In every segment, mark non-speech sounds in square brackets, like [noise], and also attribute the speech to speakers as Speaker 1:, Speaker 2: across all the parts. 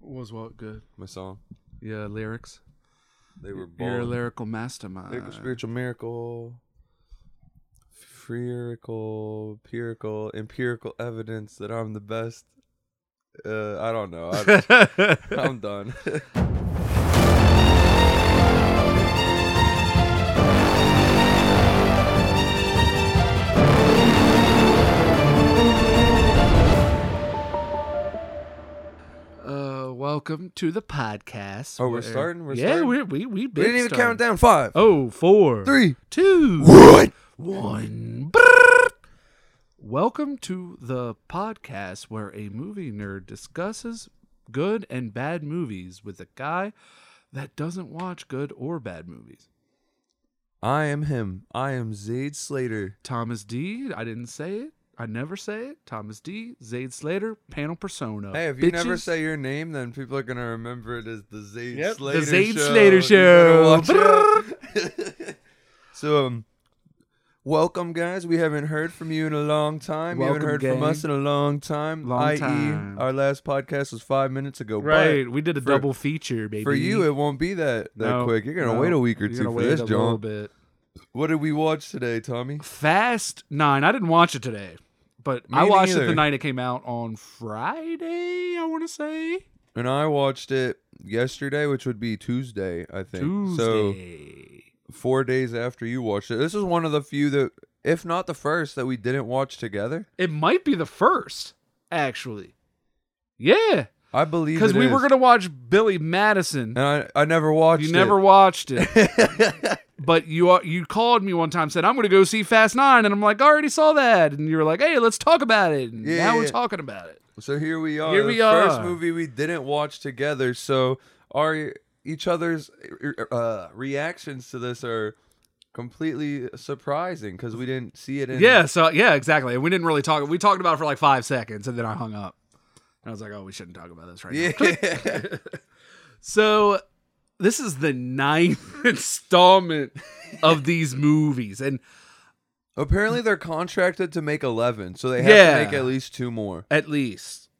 Speaker 1: was what good?
Speaker 2: My song.
Speaker 1: Yeah, lyrics.
Speaker 2: They were
Speaker 1: You're a uh,
Speaker 2: bold.
Speaker 1: lyrical mastermind.
Speaker 2: Lyrical, spiritual miracle, freerical, empirical, empirical evidence that I'm the best. Uh, I don't know. I,
Speaker 1: [laughs]
Speaker 2: I'm done.
Speaker 1: uh, welcome to the podcast.
Speaker 2: Oh, we're starting? We're
Speaker 1: yeah,
Speaker 2: starting?
Speaker 1: we're, we we
Speaker 2: we didn't even count down. Five,
Speaker 1: Oh, four,
Speaker 2: three,
Speaker 1: two,
Speaker 2: one.
Speaker 1: one. Brrr. Welcome to the podcast where a movie nerd discusses good and bad movies with a guy that doesn't watch good or bad movies.
Speaker 2: I am him. I am Zayd Slater.
Speaker 1: Thomas D. I didn't say it. I never say it. Thomas D. Zayd Slater, panel persona.
Speaker 2: Hey, if you never
Speaker 1: Bitches.
Speaker 2: say your name, then people are gonna remember it as the Zayd
Speaker 1: Yep, the
Speaker 2: Slater
Speaker 1: Zayd
Speaker 2: show.
Speaker 1: Slater
Speaker 2: You better watch
Speaker 1: Show. [laughs]
Speaker 2: out. so, um, welcome, guys. We haven't heard from you in a long time. you haven't
Speaker 1: Welcome,
Speaker 2: heard from
Speaker 1: gang.
Speaker 2: us in a long time.
Speaker 1: Long
Speaker 2: i.e.,
Speaker 1: time.
Speaker 2: our last podcast was five minutes ago. but
Speaker 1: right, we did a
Speaker 2: for-
Speaker 1: double feature, baby.
Speaker 2: For you, it won't be that that
Speaker 1: No,
Speaker 2: quick. You're gonna
Speaker 1: no.
Speaker 2: wait a week or
Speaker 1: You're
Speaker 2: two
Speaker 1: gonna
Speaker 2: for
Speaker 1: wait
Speaker 2: this,
Speaker 1: a little
Speaker 2: John.
Speaker 1: bit.
Speaker 2: What did we watch today, Tommy?
Speaker 1: Fast Nine. I didn't watch it today, but
Speaker 2: Me
Speaker 1: I watched it
Speaker 2: neither.
Speaker 1: the night it came out on Friday. I want to say
Speaker 2: And I watched it yesterday, which would be Tuesday, I think. So
Speaker 1: Tuesday.
Speaker 2: four days after you watched it. This is one of the few that, if not the first, that we didn't watch together.
Speaker 1: it might be the first, actually. Yeah,
Speaker 2: I believe
Speaker 1: because
Speaker 2: it
Speaker 1: we were
Speaker 2: is.
Speaker 1: gonna watch Billy Madison.
Speaker 2: and I, I never watched.
Speaker 1: You
Speaker 2: it.
Speaker 1: never watched it.
Speaker 2: [laughs]
Speaker 1: but you are, you called me one time said I'm going to go see Fast 9 and I'm like I already saw that and you were like hey let's talk about it and
Speaker 2: Yeah,
Speaker 1: now
Speaker 2: yeah,
Speaker 1: we're
Speaker 2: yeah.
Speaker 1: talking about it.
Speaker 2: So here we are.
Speaker 1: Here
Speaker 2: the
Speaker 1: we
Speaker 2: First
Speaker 1: are.
Speaker 2: movie we didn't watch together. So our each other's uh, reactions to this are completely surprising because we didn't see it in.
Speaker 1: Yeah, so yeah, exactly. And we didn't really talk we talked about it for like 5 seconds and then I hung up. And I was like oh we shouldn't talk about this right now.
Speaker 2: Yeah.
Speaker 1: [laughs] So this is the ninth [laughs] installment of these movies and
Speaker 2: [laughs] Apparently they're contracted to make eleven, so they have
Speaker 1: Yeah.
Speaker 2: to make at least two more.
Speaker 1: at least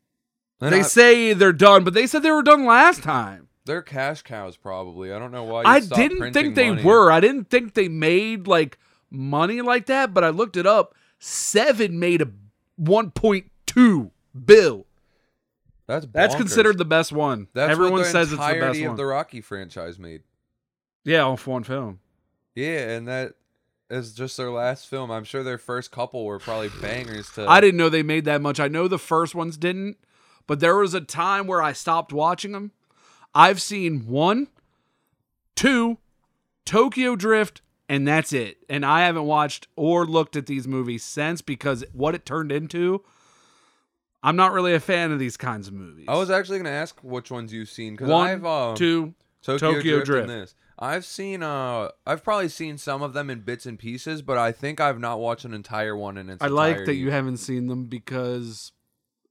Speaker 2: And
Speaker 1: they
Speaker 2: I-
Speaker 1: say they're done but they said they were done last time.
Speaker 2: They're cash cows, probably. I don't know why. You
Speaker 1: I
Speaker 2: stopped
Speaker 1: didn't
Speaker 2: printing
Speaker 1: think they
Speaker 2: money.
Speaker 1: were. I didn't think they made like money like that, but I looked it up. Seven made a 1.2 bill.
Speaker 2: That's
Speaker 1: That's
Speaker 2: bonkers.
Speaker 1: considered the best one.
Speaker 2: That's what
Speaker 1: Everyone
Speaker 2: the
Speaker 1: says it's the
Speaker 2: entirety
Speaker 1: best
Speaker 2: of
Speaker 1: one.
Speaker 2: the Rocky franchise made.
Speaker 1: yeah, off one film.
Speaker 2: Yeah, and that is just their last film. I'm sure their first couple were probably bangers. To
Speaker 1: [sighs] I didn't know they made that much. I know the first ones didn't, but there was a time where I stopped watching them. I've seen one, two, Tokyo Drift, and that's it. And I haven't watched or looked at these movies since because what it turned into, I'm not really a fan of these kinds of movies.
Speaker 2: I was actually gonna ask which ones you've seen because
Speaker 1: one,
Speaker 2: I've um,
Speaker 1: two,
Speaker 2: Tokyo,
Speaker 1: Tokyo
Speaker 2: Drift, and
Speaker 1: Drift.
Speaker 2: this. I've seen uh I've probably seen some of them in bits and pieces, but I think I've not watched an entire one in its
Speaker 1: I like that
Speaker 2: entirety.
Speaker 1: you haven't seen them because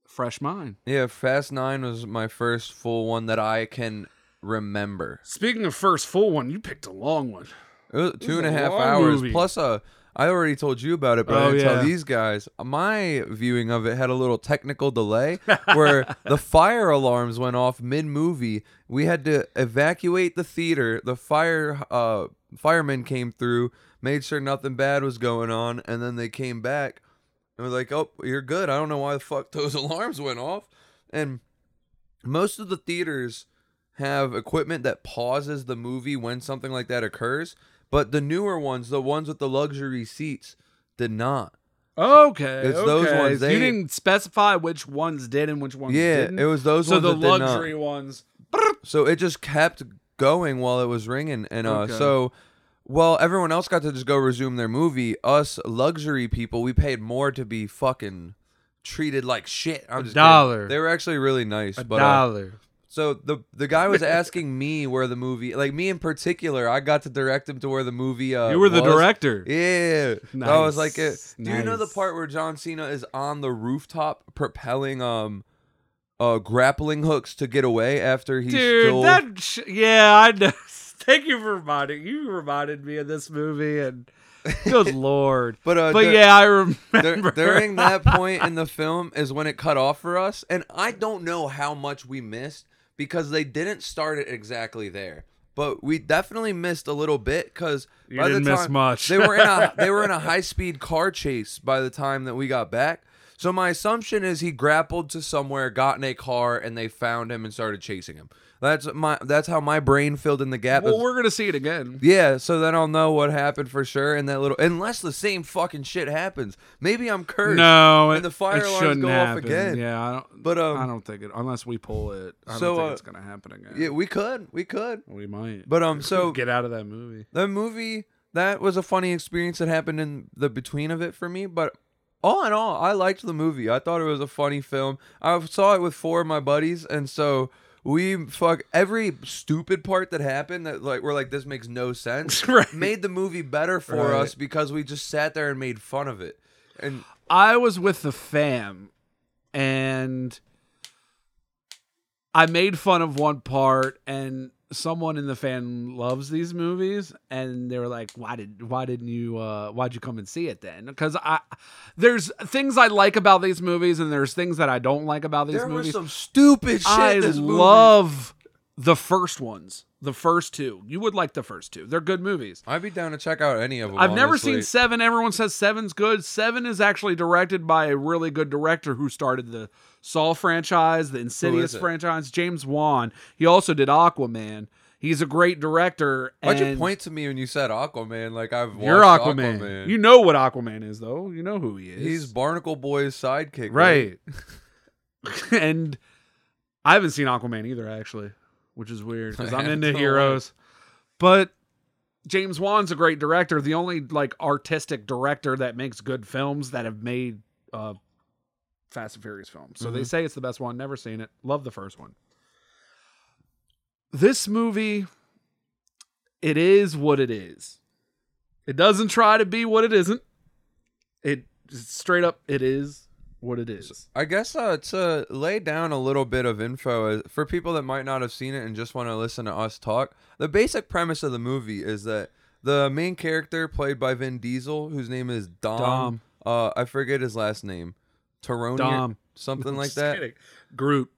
Speaker 1: Fresh Mind.
Speaker 2: Yeah, Fast Nine was my first full one that I can remember.
Speaker 1: Speaking of first full one, you picked a long one.
Speaker 2: It was two and
Speaker 1: a
Speaker 2: a half
Speaker 1: long
Speaker 2: hours.
Speaker 1: movie.
Speaker 2: Plus, uh, I already told you about it, but I
Speaker 1: Oh,
Speaker 2: didn't
Speaker 1: yeah.
Speaker 2: tell these guys. My viewing of it had a little technical delay
Speaker 1: [laughs]
Speaker 2: where the fire alarms went off mid movie. We had to evacuate the theater. The fire uh, firemen came through, made sure nothing bad was going on, and then they came back and was like, "Oh, you're good. I don't know why the fuck [laughs] those alarms went off." And most of the theaters have equipment that pauses the movie when something like that occurs, but the newer ones, the ones with the luxury seats, did not.
Speaker 1: Okay,
Speaker 2: It's those
Speaker 1: okay.
Speaker 2: ones, they-
Speaker 1: you didn't specify which ones did and which ones
Speaker 2: yeah,
Speaker 1: didn't.
Speaker 2: it was those
Speaker 1: so
Speaker 2: ones
Speaker 1: the
Speaker 2: that did not.
Speaker 1: luxury ones.
Speaker 2: So it just kept going while it was ringing, and uh,
Speaker 1: Okay.
Speaker 2: so well, everyone else got to just go resume their movie. Us luxury people, we paid more to be fucking treated like shit. I'm just kidding.
Speaker 1: dollar.
Speaker 2: They were actually really nice,
Speaker 1: A
Speaker 2: but uh,
Speaker 1: dollar.
Speaker 2: So the the
Speaker 1: [laughs]
Speaker 2: guy was asking me where the movie, like me in particular, I got to direct him to where the movie. Uh,
Speaker 1: you were the
Speaker 2: was.
Speaker 1: director. [laughs]
Speaker 2: Yeah, I was like, uh,
Speaker 1: Nice,
Speaker 2: do you know the
Speaker 1: nice.
Speaker 2: part where John Cena is on the rooftop propelling um, uh, grappling hooks to get away after he's
Speaker 1: Dude,
Speaker 2: still
Speaker 1: that sh- yeah, I know. [laughs] Thank you for reminding. You reminded me of this movie, and
Speaker 2: [laughs]
Speaker 1: good lord.
Speaker 2: But, uh,
Speaker 1: but
Speaker 2: dur-
Speaker 1: yeah, I
Speaker 2: Dur-
Speaker 1: remember. [laughs]
Speaker 2: during that point in the film is when it cut off for us, and I don't know how much we missed because they didn't start it exactly there. But we definitely missed a little bit because
Speaker 1: You
Speaker 2: by
Speaker 1: didn't
Speaker 2: the
Speaker 1: miss
Speaker 2: time
Speaker 1: much.
Speaker 2: they were in a they were in
Speaker 1: [laughs]
Speaker 2: a high speed car chase by the time that we got back. So my assumption is he grappled to somewhere, got in a car, and they found him and started chasing him. That's my that's how my brain filled in the gap.
Speaker 1: Well,
Speaker 2: of-
Speaker 1: we're gonna see it again.
Speaker 2: yeah, so then I'll know what happened for sure. And that little, unless the same fucking shit happens, maybe I'm cursed.
Speaker 1: No,
Speaker 2: and
Speaker 1: it-
Speaker 2: the fire
Speaker 1: it
Speaker 2: alarms
Speaker 1: shouldn't
Speaker 2: go
Speaker 1: happen.
Speaker 2: off again.
Speaker 1: Yeah, I don't.
Speaker 2: But, um,
Speaker 1: I don't think it unless we pull it. I
Speaker 2: so,
Speaker 1: don't think
Speaker 2: uh,
Speaker 1: it's gonna happen again.
Speaker 2: Yeah, we could, we could.
Speaker 1: we might.
Speaker 2: But um,
Speaker 1: [laughs]
Speaker 2: so
Speaker 1: get out of that
Speaker 2: [laughs]
Speaker 1: movie.
Speaker 2: the movie that was a funny experience that happened in the between of it for me. But all in all, I liked the movie. I thought it was a funny film. I saw it with four of my buddies, and so. We fuck every stupid part that happened that like we're like this makes
Speaker 1: [laughs]
Speaker 2: no sense
Speaker 1: Right.
Speaker 2: made the movie better for
Speaker 1: Right.
Speaker 2: us because we just sat there and made fun of it and
Speaker 1: I was with the fam and I made fun of one part and someone in the fan loves these movies and they were like why did why didn't you uh why'd you come and see it then because i there's things i like about these movies and there's things that i don't like about these
Speaker 2: there
Speaker 1: movies
Speaker 2: was some stupid shit.
Speaker 1: I
Speaker 2: in this movie.
Speaker 1: love the first ones the first two you would like the first two they're good movies
Speaker 2: I'd be down to check out any of them.
Speaker 1: I've never
Speaker 2: honestly.
Speaker 1: seen Seven. Everyone says Seven's good. Seven is actually directed by a really good director who started the Saw franchise, the Insidious
Speaker 2: it?
Speaker 1: franchise, James Wan. He also did Aquaman. He's a great director.
Speaker 2: Why'd you
Speaker 1: and
Speaker 2: point to me when you said Aquaman? Like I've watched
Speaker 1: You're Aquaman.
Speaker 2: Aquaman.
Speaker 1: You know what Aquaman is, though. You know who he is.
Speaker 2: He's Barnacle Boy's sidekick,
Speaker 1: right. [laughs] and I haven't seen Aquaman either, actually, which is weird because I'm
Speaker 2: Yeah,
Speaker 1: into
Speaker 2: it's all
Speaker 1: heroes. But James Wan's a great director. The only like artistic director that makes good films that have made uh, Fast and Furious films. So they
Speaker 2: Mhm.
Speaker 1: say it's the best one. Never seen it. Love the first one. This movie, it is what it is. It doesn't try to be what it isn't. It straight up, it is what it is.
Speaker 2: I guess uh, to lay down a little bit of info uh, for people that might not have seen it and just want to listen to us talk, the basic premise of the movie is that the main character, played by Vin Diesel, whose name is Dom,
Speaker 1: Dom.
Speaker 2: Uh, I forget his last name, Tyrone,
Speaker 1: Dom. [laughs]
Speaker 2: something like
Speaker 1: Just
Speaker 2: that.
Speaker 1: kidding. Groot.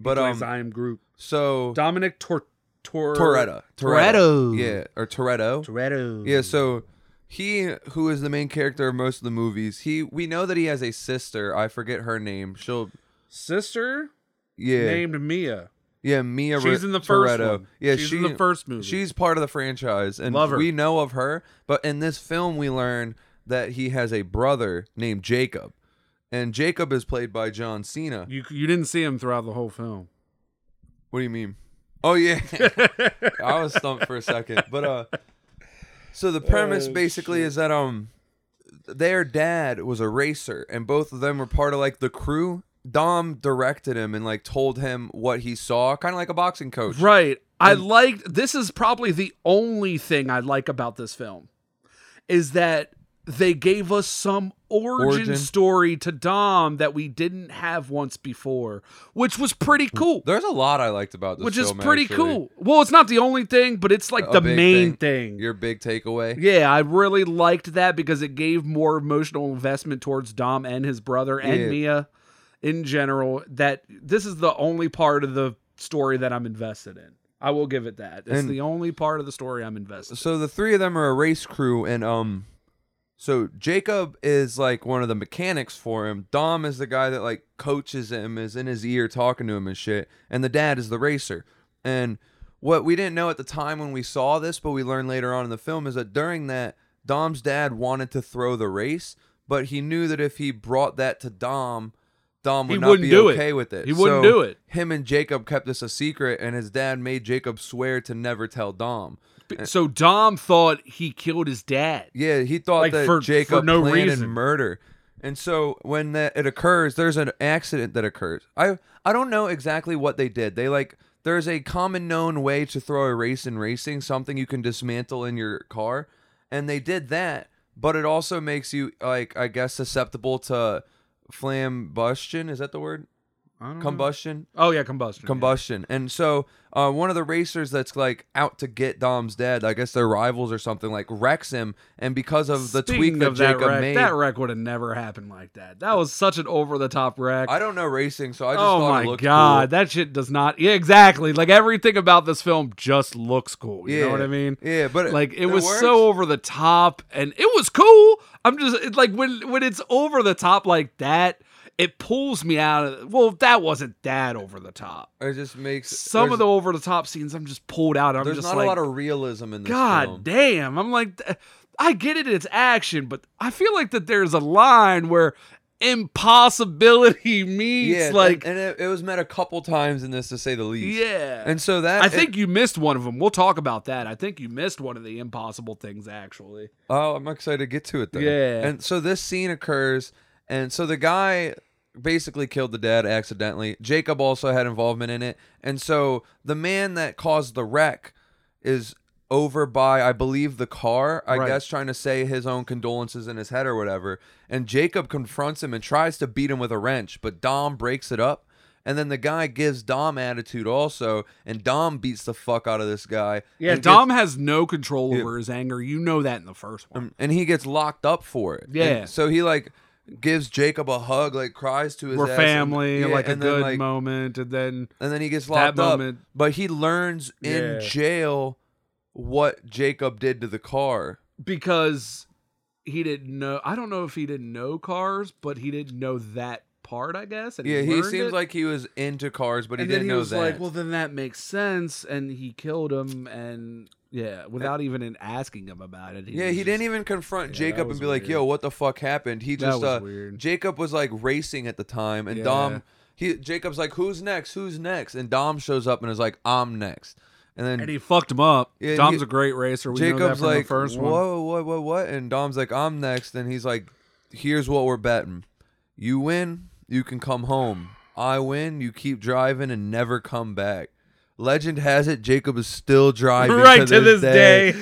Speaker 2: But
Speaker 1: plays
Speaker 2: um,
Speaker 1: I am Groot.
Speaker 2: so
Speaker 1: Dominic Tor- Tor-
Speaker 2: Toretto.
Speaker 1: Toretto.
Speaker 2: Yeah, or Toretto.
Speaker 1: Toretto.
Speaker 2: Yeah, so he who is the main character of most of the movies, he we know that he has a sister. I forget her name. She'll
Speaker 1: Sister
Speaker 2: yeah.
Speaker 1: named Mia.
Speaker 2: Yeah, Mia Re-
Speaker 1: She's in the first
Speaker 2: Toretto.
Speaker 1: one.
Speaker 2: Yeah,
Speaker 1: she's
Speaker 2: she,
Speaker 1: in the first movie.
Speaker 2: She's part of the franchise and
Speaker 1: Love her.
Speaker 2: we know of her, but in this film we learn that he has a brother named Jacob. And Jacob is played by John Cena.
Speaker 1: you you didn't see him throughout the whole film.
Speaker 2: What do you mean?
Speaker 1: [laughs]
Speaker 2: Oh yeah. I was stumped for a second. But uh so the premise
Speaker 1: Oh,
Speaker 2: basically is that um their dad was a racer and both of them were part of like the crew. Dom directed him and like told him what he saw, kind of like a boxing coach.
Speaker 1: Right. I liked this is probably the only thing I like about this film is that they gave us some origin,
Speaker 2: Origin.
Speaker 1: story to Dom that we didn't have once before, which was pretty cool.
Speaker 2: There's a lot I liked about this
Speaker 1: Which is
Speaker 2: film,
Speaker 1: pretty
Speaker 2: actually.
Speaker 1: cool. Well, it's not the only thing, but it's like
Speaker 2: A
Speaker 1: the
Speaker 2: big
Speaker 1: main thing.
Speaker 2: Your big takeaway.
Speaker 1: Yeah, I really liked that because it gave more emotional investment towards Dom and his brother and
Speaker 2: Yeah.
Speaker 1: Mia in general. That this is the only part of the story that I'm invested in. I will give it that. It's
Speaker 2: And-
Speaker 1: the only part of the story I'm invested.
Speaker 2: So the three of them are a race crew and um so Jacob is like one of the mechanics for him. Dom is the guy that like coaches him, is in his ear talking to him and shit. And the dad is the racer. And what we didn't know at the time when we saw this, but we learned later on in the film is that during that Dom's dad wanted to throw the race, but he knew that if he brought that to Dom, Dom would
Speaker 1: He
Speaker 2: not
Speaker 1: wouldn't
Speaker 2: be
Speaker 1: do it.
Speaker 2: okay with it.
Speaker 1: He wouldn't
Speaker 2: So
Speaker 1: do it.
Speaker 2: Him and Jacob kept this a secret, and his dad made Jacob swear to never tell Dom.
Speaker 1: in. So Dom thought he killed his dad.
Speaker 2: Yeah, he thought
Speaker 1: Like,
Speaker 2: that
Speaker 1: for- for
Speaker 2: Jacob
Speaker 1: no
Speaker 2: planned
Speaker 1: reason.
Speaker 2: murder. And so when that it occurs, there's an accident that occurs. I I don't know exactly what they did. They like there's a common known way to throw a race in racing, something you can dismantle in your car, and they did that, but it also makes you like I guess susceptible to flambustion, is that the word?
Speaker 1: I don't know.
Speaker 2: combustion
Speaker 1: Oh yeah, combustion. yeah.
Speaker 2: combustion and so uh, one of the racers that's like out to get dom's dead i guess their rivals or something like wrecks him and because of the
Speaker 1: Speaking
Speaker 2: tweak that
Speaker 1: of that
Speaker 2: jacob
Speaker 1: wreck,
Speaker 2: made
Speaker 1: that wreck would have never happened like that. That was such an over the top wreck.
Speaker 2: i don't know racing so i just
Speaker 1: oh
Speaker 2: thought
Speaker 1: my
Speaker 2: it looked
Speaker 1: god, that shit does not. Yeah, exactly. Like everything about this film just looks cool.
Speaker 2: cool.
Speaker 1: You know what I mean?
Speaker 2: yeah but
Speaker 1: Like it, was
Speaker 2: works.
Speaker 1: so over the top, and it was cool. I'm just it's like when when it's over the top like that, it pulls me out of. Well, that wasn't that over the top.
Speaker 2: it just makes
Speaker 1: Some of the
Speaker 2: there's-
Speaker 1: over the top scenes, I'm just pulled out. I'm
Speaker 2: there's
Speaker 1: just
Speaker 2: not
Speaker 1: like,
Speaker 2: a lot of realism in this
Speaker 1: God
Speaker 2: film.
Speaker 1: damn. I'm like, th- I get it, it's action, but I feel like that there's a line where impossibility [laughs] meets
Speaker 2: yeah
Speaker 1: like,
Speaker 2: and, and it, it was met a couple times in this to say the least
Speaker 1: yeah.
Speaker 2: and so that
Speaker 1: I
Speaker 2: it-
Speaker 1: think you missed one of them. We'll talk about that. I think you missed one of the impossible things, actually.
Speaker 2: Oh, I'm excited to get to it though.
Speaker 1: Yeah.
Speaker 2: And so this scene occurs, and so the guy basically killed the dad accidentally. Jacob also had involvement in it, and so the man that caused the wreck is over by I believe the car. I
Speaker 1: Right.
Speaker 2: guess trying to say his own condolences in his head or whatever. And Jacob confronts him and tries to beat him with a wrench, but Dom breaks it up. And then the guy gives Dom attitude also, and Dom beats the fuck out of this guy.
Speaker 1: Yeah,
Speaker 2: and
Speaker 1: Dom has no control over his anger. You know that in the first one.
Speaker 2: um, and he gets locked up for it. And
Speaker 1: Yeah.
Speaker 2: so he like gives Jacob a hug, like cries to his
Speaker 1: We're
Speaker 2: ass,
Speaker 1: family,
Speaker 2: and, yeah,
Speaker 1: like a
Speaker 2: and then,
Speaker 1: good
Speaker 2: like,
Speaker 1: moment, and then
Speaker 2: And then he gets
Speaker 1: That
Speaker 2: locked up.
Speaker 1: moment-
Speaker 2: But he learns in
Speaker 1: Yeah.
Speaker 2: jail what Jacob did to the car.
Speaker 1: because he didn't know. I don't know if he didn't know cars, but he didn't know that part. I guess. And
Speaker 2: Yeah, he
Speaker 1: learned it.
Speaker 2: seems like he was into cars, but he
Speaker 1: and
Speaker 2: didn't
Speaker 1: then he
Speaker 2: know
Speaker 1: was
Speaker 2: that.
Speaker 1: like, "Well, then that makes sense," and he killed him, and yeah, without even asking him about it.
Speaker 2: yeah,
Speaker 1: was
Speaker 2: he
Speaker 1: just-
Speaker 2: didn't even confront
Speaker 1: Yeah, that
Speaker 2: Jacob
Speaker 1: was
Speaker 2: and be like,
Speaker 1: weird.
Speaker 2: "Yo, what the fuck happened?" He
Speaker 1: That
Speaker 2: just
Speaker 1: was
Speaker 2: uh,
Speaker 1: weird.
Speaker 2: Jacob was like racing at the time, and
Speaker 1: Yeah.
Speaker 2: Dom he Jacob's like, "Who's next? Who's next?" And Dom shows up and is like, "I'm next." And then
Speaker 1: And he fucked him up.
Speaker 2: Yeah,
Speaker 1: Dom's
Speaker 2: he-
Speaker 1: a great racer. We know that
Speaker 2: Jacob's
Speaker 1: from
Speaker 2: like,
Speaker 1: the first
Speaker 2: whoa,
Speaker 1: one.
Speaker 2: what, what, what? And Dom's like, I'm next. And he's like, here's what we're betting. You win, you can come home. I win, you keep driving and never come back. Legend has it, Jacob is still
Speaker 1: [laughs]
Speaker 2: driving
Speaker 1: Right to this day.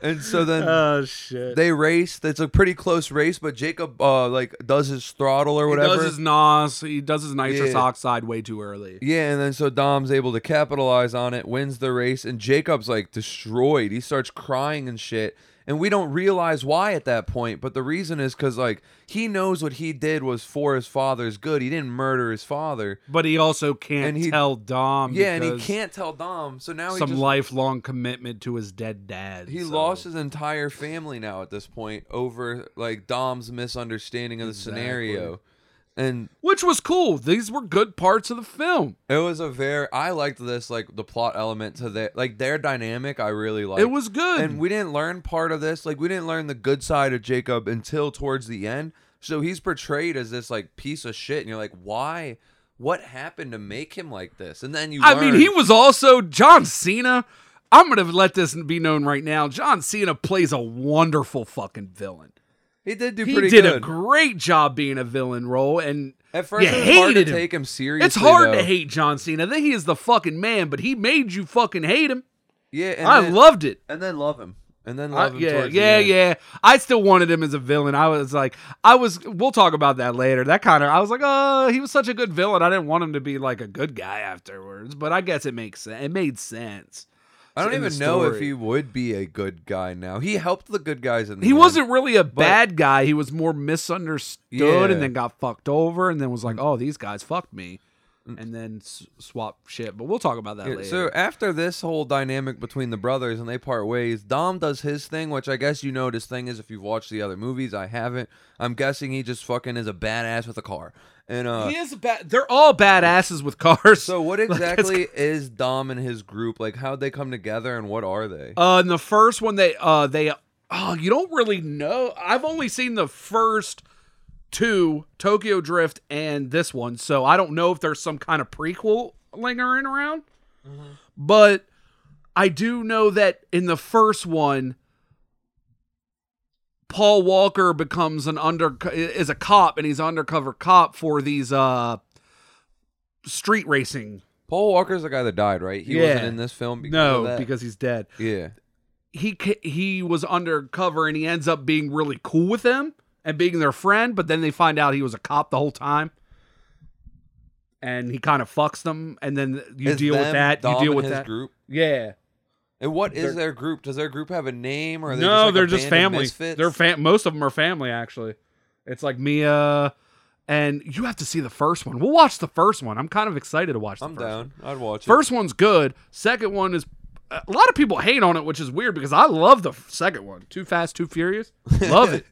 Speaker 2: and so then
Speaker 1: [laughs] oh shit.
Speaker 2: they race. It's a pretty close race, but Jacob uh, like does his throttle or whatever.
Speaker 1: He does his nos. He does his nitrous
Speaker 2: Yeah.
Speaker 1: oxide way too early.
Speaker 2: Yeah, and then so Dom's able to capitalize on it, wins the race, and Jacob's like destroyed. He starts crying and shit. And we don't realize why at that point, but the reason is because like he knows what he did was for his father's good. He didn't murder his father.
Speaker 1: But he also can't
Speaker 2: And he-
Speaker 1: tell Dom.
Speaker 2: Yeah, and he
Speaker 1: because
Speaker 2: can't tell Dom, so now he
Speaker 1: Some
Speaker 2: just
Speaker 1: lifelong commitment to his dead dad.
Speaker 2: he
Speaker 1: so-
Speaker 2: lost his entire family now at this point over like Dom's misunderstanding of the scenario. And
Speaker 1: which was cool. These were good parts of the film.
Speaker 2: it was a very I liked this like the plot element to their like their dynamic I really liked.
Speaker 1: it was good.
Speaker 2: and we didn't learn part of this like we didn't learn the good side of jacob until towards the end so he's portrayed as this like piece of shit and you're like why what happened to make him like this and then you
Speaker 1: I mean,
Speaker 2: learn-
Speaker 1: he was also John Cena. I'm gonna let this be known right now. John Cena plays a wonderful fucking villain.
Speaker 2: he did do
Speaker 1: He
Speaker 2: pretty
Speaker 1: did
Speaker 2: good
Speaker 1: a great job being a villain role, and
Speaker 2: at first
Speaker 1: you
Speaker 2: it was hard to
Speaker 1: hated him.
Speaker 2: take him seriously
Speaker 1: it's hard
Speaker 2: though.
Speaker 1: to hate John Cena. Then he is the fucking man, but he made you fucking hate him.
Speaker 2: yeah and
Speaker 1: I
Speaker 2: then,
Speaker 1: loved it.
Speaker 2: and then love him and then
Speaker 1: I-
Speaker 2: love him
Speaker 1: yeah,
Speaker 2: towards the
Speaker 1: yeah,
Speaker 2: end.
Speaker 1: yeah. I still wanted him as a villain. I was like, I was. We'll talk about that later. That kind of. I was like, oh, he was such a good villain. I didn't want him to be like a good guy afterwards. But I guess it makes sense. It made sense.
Speaker 2: i don't
Speaker 1: in the
Speaker 2: even know if
Speaker 1: story.
Speaker 2: he would be a good guy now he helped the good guys in the
Speaker 1: He
Speaker 2: end.
Speaker 1: wasn't really a bad guy. He was more misunderstood
Speaker 2: Yeah.
Speaker 1: and then got fucked over and then was like, oh, these guys fucked me. And then s- swap shit. But we'll talk about that
Speaker 2: Mm. Yeah,
Speaker 1: later.
Speaker 2: So after this whole dynamic between the brothers and they part ways, Dom does his thing, which I guess you know what his thing is if you've watched the other movies. I haven't. I'm guessing he just fucking is a badass with a car. And uh
Speaker 1: he is a bad. They're all badasses with cars.
Speaker 2: so
Speaker 1: [laughs]
Speaker 2: what
Speaker 1: Like, it's
Speaker 2: exactly is Dom and his group? Like how'd they come together and what are they?
Speaker 1: Uh, in the first one, they uh they oh you don't really know. I've only seen the first two Tokyo Drift and this one, so I don't know if there's some kind of prequel lingering around.
Speaker 2: Mm-hmm.
Speaker 1: But I do know that in the first one. Paul Walker becomes an under is a cop and he's an undercover cop for these uh street racing.
Speaker 2: Paul Walker's the guy that died, right? He
Speaker 1: Yeah.
Speaker 2: wasn't in this film because of
Speaker 1: no,
Speaker 2: that?
Speaker 1: because he's dead.
Speaker 2: Yeah.
Speaker 1: he ca- he was undercover and he ends up being really cool with them and being their friend, but then they find out he was a cop the whole time. and he kind of fucks them, and then you
Speaker 2: Is
Speaker 1: deal with
Speaker 2: them,
Speaker 1: that.
Speaker 2: Dom,
Speaker 1: you deal
Speaker 2: and
Speaker 1: with
Speaker 2: his
Speaker 1: that.
Speaker 2: group.
Speaker 1: Yeah.
Speaker 2: And what is
Speaker 1: They're-
Speaker 2: their group? Does their group have a name or are they
Speaker 1: no,
Speaker 2: just like a
Speaker 1: they're just
Speaker 2: band of
Speaker 1: family.
Speaker 2: misfits?
Speaker 1: They're fam- most of them are family actually. It's like Mia and you have to see the first one. We'll watch the first one. I'm kind of excited to watch the
Speaker 2: I'm
Speaker 1: first one.
Speaker 2: down. I'd watch it.
Speaker 1: First one's good. Second one is a lot of people hate on it, which is weird because I love the second one. Too Fast, Too Furious. Love
Speaker 2: [laughs]
Speaker 1: it.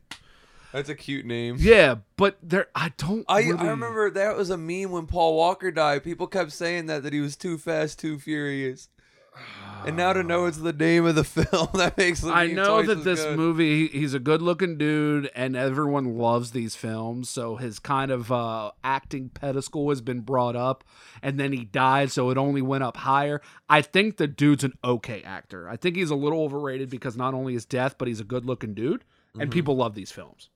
Speaker 2: That's a cute name.
Speaker 1: Yeah, but there I don't
Speaker 2: I,
Speaker 1: really-
Speaker 2: I remember that was a meme when Paul Walker died. People kept saying that that he was too fast, too furious. And now to know it's the name of the [laughs] film that makes the
Speaker 1: I
Speaker 2: meme
Speaker 1: know
Speaker 2: twice
Speaker 1: that
Speaker 2: as
Speaker 1: this
Speaker 2: good.
Speaker 1: movie he- he's a good-looking dude and everyone loves these films, so his kind of uh, acting pedestal has been brought up and then he died so it only went up higher. I think the dude's an okay actor. I think he's a little overrated because not only his death but he's a good-looking dude
Speaker 2: Mm-hmm.
Speaker 1: and people love these films.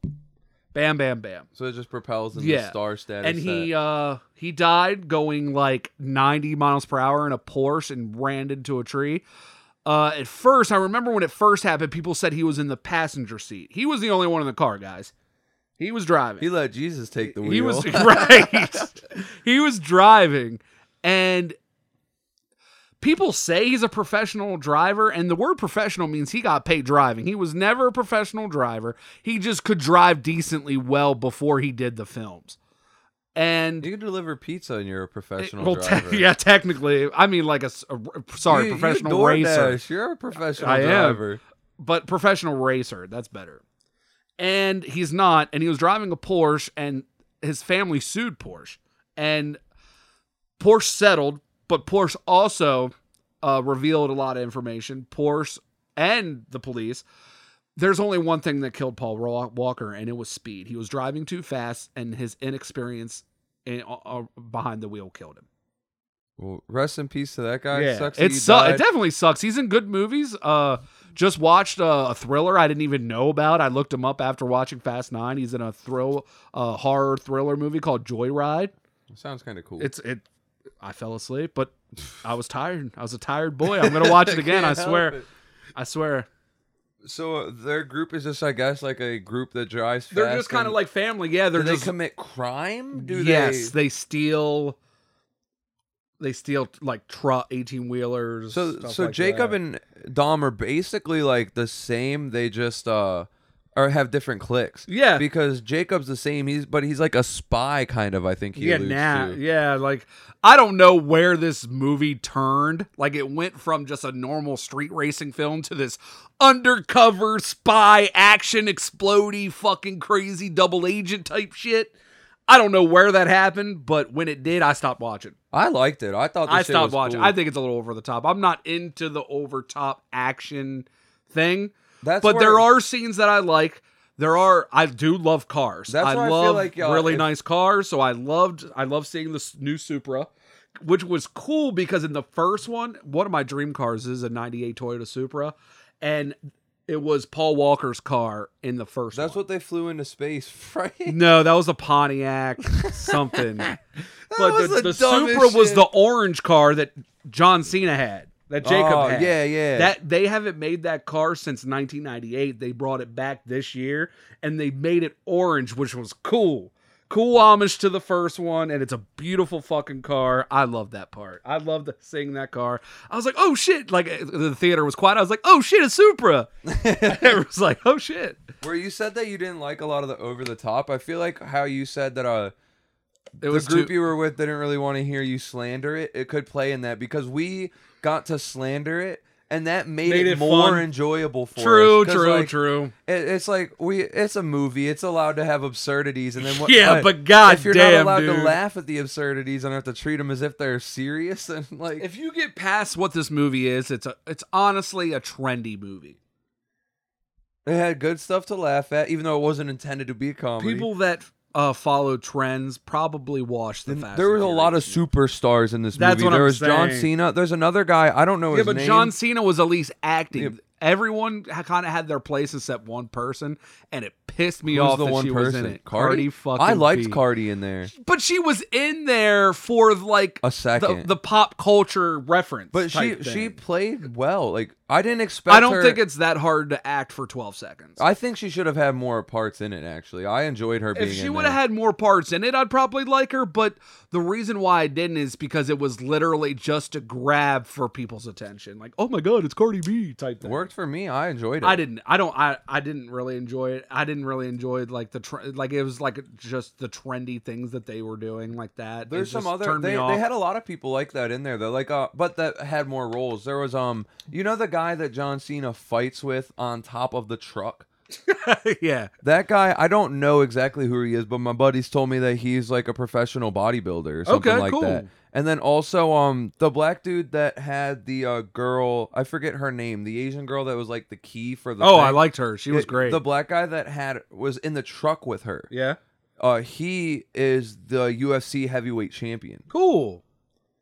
Speaker 1: Bam bam bam.
Speaker 2: So it just propels him
Speaker 1: Yeah.
Speaker 2: to star status.
Speaker 1: and he uh he died going like 90 miles per hour in a Porsche and ran into a tree. Uh, at first, I remember when it first happened, people said he was in the passenger seat. He was the only one in the car, guys. He was driving.
Speaker 2: he let Jesus take the wheel.
Speaker 1: uh, He was [laughs] right. he was driving, and people say he's a professional driver, and the word professional means he got paid driving. He was never a professional driver. He just could drive decently well before he did the films. And
Speaker 2: you can deliver pizza and you're a professional
Speaker 1: well, [laughs] te-
Speaker 2: driver.
Speaker 1: yeah, technically, I mean, like a, s- a r- sorry,
Speaker 2: You- you
Speaker 1: professional racer
Speaker 2: DoorDash, You're a professional
Speaker 1: I am.
Speaker 2: driver.
Speaker 1: but professional racer. That's better. And he's not. And he was driving a Porsche, and his family sued Porsche. And Porsche settled, but Porsche also uh, revealed a lot of information. Porsche and the police. There's only one thing that killed Paul Wa- Walker, and it was speed. He was driving too fast, and his inexperience in, uh, uh, behind the wheel killed him.
Speaker 2: Well, rest in peace to that guy.
Speaker 1: Yeah,
Speaker 2: Sucks that
Speaker 1: it
Speaker 2: he
Speaker 1: su- It
Speaker 2: died.
Speaker 1: definitely sucks. He's in good movies. Uh, just watched uh, a thriller I didn't even know about. I looked him up after watching Fast Nine. He's in a thrill, uh, horror thriller movie called Joyride.
Speaker 2: Sounds kind of cool.
Speaker 1: It's it. I fell asleep, but I was tired. I was a tired boy. I'm gonna
Speaker 2: [laughs]
Speaker 1: watch it again. I
Speaker 2: Can't help
Speaker 1: swear.
Speaker 2: it.
Speaker 1: I swear.
Speaker 2: So uh, their group is just, I guess, like a group that drives.
Speaker 1: They're
Speaker 2: fast
Speaker 1: just kind of
Speaker 2: and-
Speaker 1: like family. Yeah, they're
Speaker 2: do they
Speaker 1: just.
Speaker 2: commit crime? Do
Speaker 1: yes,
Speaker 2: they?
Speaker 1: they, steal. They steal like truck eighteen wheelers.
Speaker 2: So so Jacob and Dom are basically like the same. They just uh or have different cliques.
Speaker 1: yeah,
Speaker 2: Because Jacob's the same. He's but he's like a spy kind of. I think he
Speaker 1: yeah,
Speaker 2: alludes
Speaker 1: nah,
Speaker 2: to.
Speaker 1: yeah. Like I don't know where this movie turned. Like it went from just a normal street racing film to this undercover spy action explodey fucking crazy double agent type shit. I don't know where that happened, but when it did, I stopped watching.
Speaker 2: I liked it. I thought this
Speaker 1: I
Speaker 2: shit
Speaker 1: stopped
Speaker 2: was
Speaker 1: watching.
Speaker 2: cool.
Speaker 1: I think it's a little over the top. I'm not into the over top action thing,
Speaker 2: that's
Speaker 1: but
Speaker 2: where-
Speaker 1: there are scenes that I like. There are I do love cars.
Speaker 2: That's
Speaker 1: I
Speaker 2: why I feel
Speaker 1: love
Speaker 2: like, y'all-
Speaker 1: really
Speaker 2: if-
Speaker 1: nice cars, so I loved I love seeing this new Supra, which was cool because in the first one, one of my dream cars is a 98 Toyota Supra and it was Paul Walker's car in the first
Speaker 2: That's
Speaker 1: one.
Speaker 2: what they flew into space, [laughs] right?
Speaker 1: no, that was a Pontiac
Speaker 2: [laughs]
Speaker 1: something. but
Speaker 2: was
Speaker 1: the,
Speaker 2: the
Speaker 1: the
Speaker 2: dumbest
Speaker 1: Supra was
Speaker 2: shit.
Speaker 1: the orange car that John Cena had, that Jacob
Speaker 2: Oh,
Speaker 1: had.
Speaker 2: yeah, yeah.
Speaker 1: That they haven't made that car since 1998. They brought it back this year and they made it orange, which was cool. Cool homage to the first one, and it's a beautiful fucking car. I love that part. I love the, seeing that car. I was like, oh shit! Like uh, the theater was quiet. I was like, oh shit, a
Speaker 2: [laughs]
Speaker 1: Supra. [laughs] it was like, oh shit.
Speaker 2: Where you said that you didn't like a lot of the over the top. I feel like how you said that uh
Speaker 1: It
Speaker 2: the
Speaker 1: was
Speaker 2: group
Speaker 1: too-
Speaker 2: you were with didn't really want to hear you slander it. It could play in that because we got to slander it, and that made,
Speaker 1: Made
Speaker 2: it,
Speaker 1: it
Speaker 2: more
Speaker 1: fun.
Speaker 2: enjoyable for
Speaker 1: true,
Speaker 2: us. 'Cause,
Speaker 1: true,
Speaker 2: like,
Speaker 1: true.
Speaker 2: It, it's like we, it's a movie. It's allowed to have absurdities, and then
Speaker 1: [laughs]
Speaker 2: what,
Speaker 1: Yeah, but God
Speaker 2: if you're
Speaker 1: damn,
Speaker 2: not allowed
Speaker 1: dude.
Speaker 2: to laugh at the absurdities and have to treat them as if they're serious, [laughs] and like
Speaker 1: if you get past what this movie is, it's a it's honestly a trendy movie.
Speaker 2: it had good stuff to laugh at, even though it wasn't intended to be a comedy.
Speaker 1: People that uh, follow trends probably watch the
Speaker 2: And
Speaker 1: Fast.
Speaker 2: there
Speaker 1: and
Speaker 2: was a lot of
Speaker 1: Furious.
Speaker 2: superstars in this
Speaker 1: That's
Speaker 2: movie.
Speaker 1: what
Speaker 2: there
Speaker 1: I'm
Speaker 2: was John
Speaker 1: saying.
Speaker 2: Cena. There's another guy. I don't know
Speaker 1: Yeah,
Speaker 2: his
Speaker 1: but
Speaker 2: name.
Speaker 1: John Cena was at least acting.
Speaker 2: Yeah.
Speaker 1: Everyone kind of had their place except one person, and it pissed me
Speaker 2: Who's
Speaker 1: off
Speaker 2: the
Speaker 1: that
Speaker 2: one
Speaker 1: she was
Speaker 2: person?
Speaker 1: in it. Cardi, fucking.
Speaker 2: I liked
Speaker 1: B.
Speaker 2: Cardi in there.
Speaker 1: but she was in there for like
Speaker 2: A
Speaker 1: the,
Speaker 2: second.
Speaker 1: the pop culture reference.
Speaker 2: but she
Speaker 1: type
Speaker 2: she
Speaker 1: thing.
Speaker 2: played well. Like I didn't expect.
Speaker 1: I don't
Speaker 2: her-
Speaker 1: think it's that hard to act for 12 seconds.
Speaker 2: I think she should have had more parts in it. Actually, I enjoyed her being.
Speaker 1: if she
Speaker 2: in
Speaker 1: would have
Speaker 2: there.
Speaker 1: had more parts in it, I'd probably like her. But the reason why I didn't is because it was literally just to grab for people's attention, like "Oh my god, it's Cardi B" type thing.
Speaker 2: worked for me, I enjoyed it.
Speaker 1: I didn't. I don't. I. I didn't really enjoy it. I didn't really enjoy like the tre- like it was like just the trendy things that they were doing like that.
Speaker 2: There's
Speaker 1: It
Speaker 2: some
Speaker 1: just
Speaker 2: other
Speaker 1: turned me
Speaker 2: they,
Speaker 1: off.
Speaker 2: they had a lot of people like that in there though, like uh, but that had more roles. There was um, you know the guy that John Cena fights with on top of the truck.
Speaker 1: [laughs] yeah.
Speaker 2: That guy, I don't know exactly who he is, but my buddies told me that he's like a professional bodybuilder or something
Speaker 1: Okay,
Speaker 2: like
Speaker 1: cool.
Speaker 2: that. And then also um, the black dude that had the uh, girl, I forget her name, the Asian girl that was like the key for the.
Speaker 1: Oh, I
Speaker 2: thing.
Speaker 1: liked her. She was
Speaker 2: Yeah,
Speaker 1: great.
Speaker 2: The black guy that had was in the truck with her.
Speaker 1: yeah.
Speaker 2: Uh, he is the UFC heavyweight champion.
Speaker 1: Cool.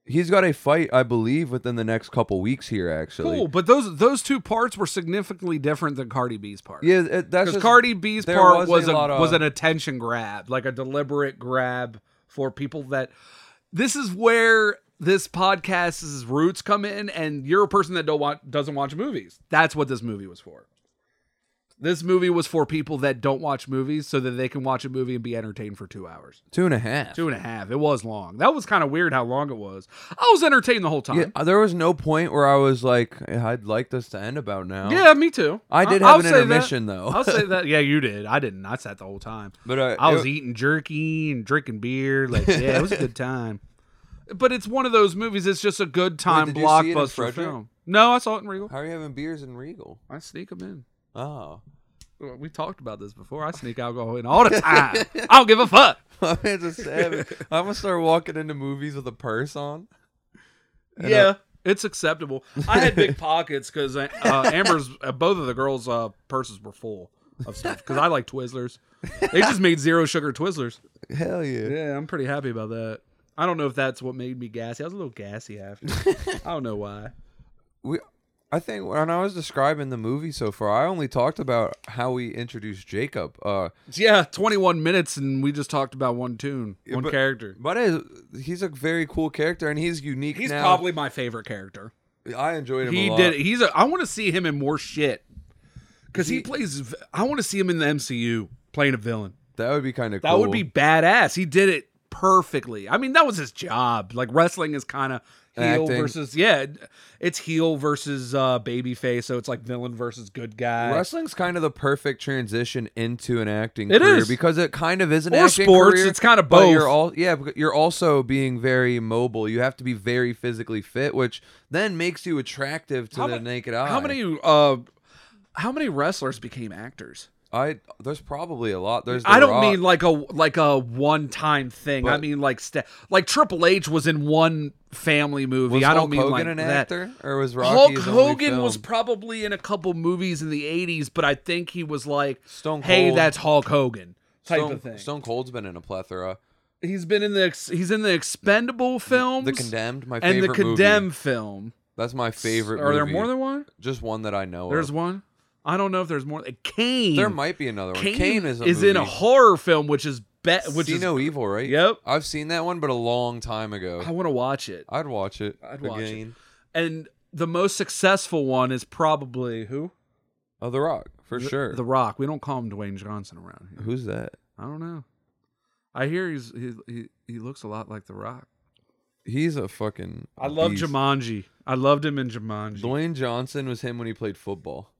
Speaker 2: He's got a fight, I believe, within the next couple weeks here. Actually,
Speaker 1: Cool. But those those two parts were significantly different than Cardi B's part.
Speaker 2: yeah, it, that's
Speaker 1: Because
Speaker 2: just,
Speaker 1: Cardi B's
Speaker 2: there
Speaker 1: part
Speaker 2: was a
Speaker 1: was a,
Speaker 2: lot of-
Speaker 1: was an attention grab, like a deliberate grab for people that. This is where this podcast's roots come in, and you're a person that don't want doesn't watch movies. That's what this movie was for. This movie was for people that don't watch movies, so that they can watch a movie and be entertained for two hours,
Speaker 2: two and a half.
Speaker 1: two and a half. It was long. That was kind of weird how long it was. I was entertained the whole time.
Speaker 2: yeah, there was no point where I was like, I'd like this to end about now.
Speaker 1: Yeah, me too.
Speaker 2: I did
Speaker 1: I'll
Speaker 2: have an
Speaker 1: say that.
Speaker 2: intermission though.
Speaker 1: I'll say that. Yeah, you did. I didn't. I sat the whole time.
Speaker 2: [laughs] But uh,
Speaker 1: I was
Speaker 2: it-
Speaker 1: eating jerky and drinking beer. [laughs] Like, yeah, it was a good time. But it's one of those movies. It's just a good time
Speaker 2: did you see it in
Speaker 1: blockbuster
Speaker 2: Frederick?
Speaker 1: film. No, I saw it in Regal.
Speaker 2: how are you having beers in Regal?
Speaker 1: I sneak them
Speaker 2: Oh, [laughs]
Speaker 1: in. We talked about this before. I sneak alcohol in all
Speaker 2: [laughs]
Speaker 1: the time. I don't give a fuck.
Speaker 2: my man's a savage. I'm gonna start walking into movies with a purse on. And, uh,
Speaker 1: it's acceptable. I had
Speaker 2: [laughs]
Speaker 1: big pockets because uh, Amber's, uh, both of the girls' uh, purses were full of stuff because I like Twizzlers. They just made zero sugar Twizzlers.
Speaker 2: hell yeah.
Speaker 1: Yeah, I'm pretty happy about that. I don't know if that's what made me gassy. I was a little gassy
Speaker 2: [laughs]
Speaker 1: after. I don't know why.
Speaker 2: We, I think when I was describing the movie so far, I only talked about how we introduced Jacob. Uh,
Speaker 1: Yeah, 21 minutes and we just talked about one tune, one
Speaker 2: but-
Speaker 1: character.
Speaker 2: but I, he's a very cool character, and he's unique.
Speaker 1: He's
Speaker 2: now.
Speaker 1: probably my favorite character.
Speaker 2: I enjoyed him.
Speaker 1: He
Speaker 2: a lot.
Speaker 1: did. He's a. I want to see him in more shit because he,
Speaker 2: He-
Speaker 1: plays. v- I want to see him in the MCU playing a villain.
Speaker 2: That would be kind of.
Speaker 1: That would be badass. He did it perfectly. I mean, that was his job. Like wrestling is kind of heel
Speaker 2: Acting.
Speaker 1: versus yeah, it's heel versus uh babyface. So it's like villain versus good guy.
Speaker 2: Wrestling's kind of the perfect transition into an acting
Speaker 1: It
Speaker 2: career
Speaker 1: is.
Speaker 2: because it kind of is an
Speaker 1: Or
Speaker 2: acting
Speaker 1: sports,
Speaker 2: career,
Speaker 1: it's kind of
Speaker 2: but You're
Speaker 1: both.
Speaker 2: all yeah, but you're also being very mobile. You have to be very physically fit, which then makes you attractive to
Speaker 1: How
Speaker 2: the
Speaker 1: ma-
Speaker 2: naked eye.
Speaker 1: How many uh how many wrestlers became actors?
Speaker 2: I there's probably a lot. There's The
Speaker 1: I don't
Speaker 2: Rock.
Speaker 1: mean like a like a one time thing. I
Speaker 2: But-
Speaker 1: mean like sta like Triple H was in one family movie.
Speaker 2: was
Speaker 1: I don't
Speaker 2: Hulk
Speaker 1: mean
Speaker 2: Hogan
Speaker 1: like
Speaker 2: an
Speaker 1: that.
Speaker 2: actor or was Rocky
Speaker 1: Hulk
Speaker 2: his only
Speaker 1: Hogan was
Speaker 2: film?
Speaker 1: probably in a couple movies in the 80s, but I think he was like
Speaker 2: Stone
Speaker 1: hey,
Speaker 2: Cold.
Speaker 1: that's Hulk Hogan type
Speaker 2: Stone,
Speaker 1: of thing.
Speaker 2: Stone Cold's been in a plethora.
Speaker 1: He's been in the ex- he's in the Expendable films
Speaker 2: The Condemned, my
Speaker 1: and
Speaker 2: favorite
Speaker 1: the
Speaker 2: movie.
Speaker 1: Condemned film.
Speaker 2: That's my favorite.
Speaker 1: Are there
Speaker 2: movie.
Speaker 1: more than one?
Speaker 2: just one that I know?
Speaker 1: There's
Speaker 2: of.
Speaker 1: one. I don't know if there's more. Kane.
Speaker 2: There might be another one.
Speaker 1: Kane,
Speaker 2: Kane, is a
Speaker 1: in a
Speaker 2: movie.
Speaker 1: horror film, which is bet, which
Speaker 2: See
Speaker 1: is
Speaker 2: no evil, right?
Speaker 1: Yep.
Speaker 2: I've seen that one, but a long time
Speaker 1: I
Speaker 2: ago.
Speaker 1: want to watch it.
Speaker 2: I'd watch it.
Speaker 1: I'd watch it.
Speaker 2: again.
Speaker 1: And the most successful one is probably who?
Speaker 2: Oh, The Rock for sure.
Speaker 1: The Rock. We don't call him Dwayne Johnson around here.
Speaker 2: Who's that?
Speaker 1: I don't know. I hear he's he he, he looks a lot like The Rock.
Speaker 2: He's a fucking.
Speaker 1: I love
Speaker 2: beast.
Speaker 1: Jumanji. I loved him in Jumanji.
Speaker 2: Dwayne Johnson was him when he played football.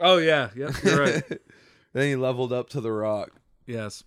Speaker 1: oh yeah, yeah, you're right.
Speaker 2: [laughs] then he leveled up to The Rock.
Speaker 1: yes.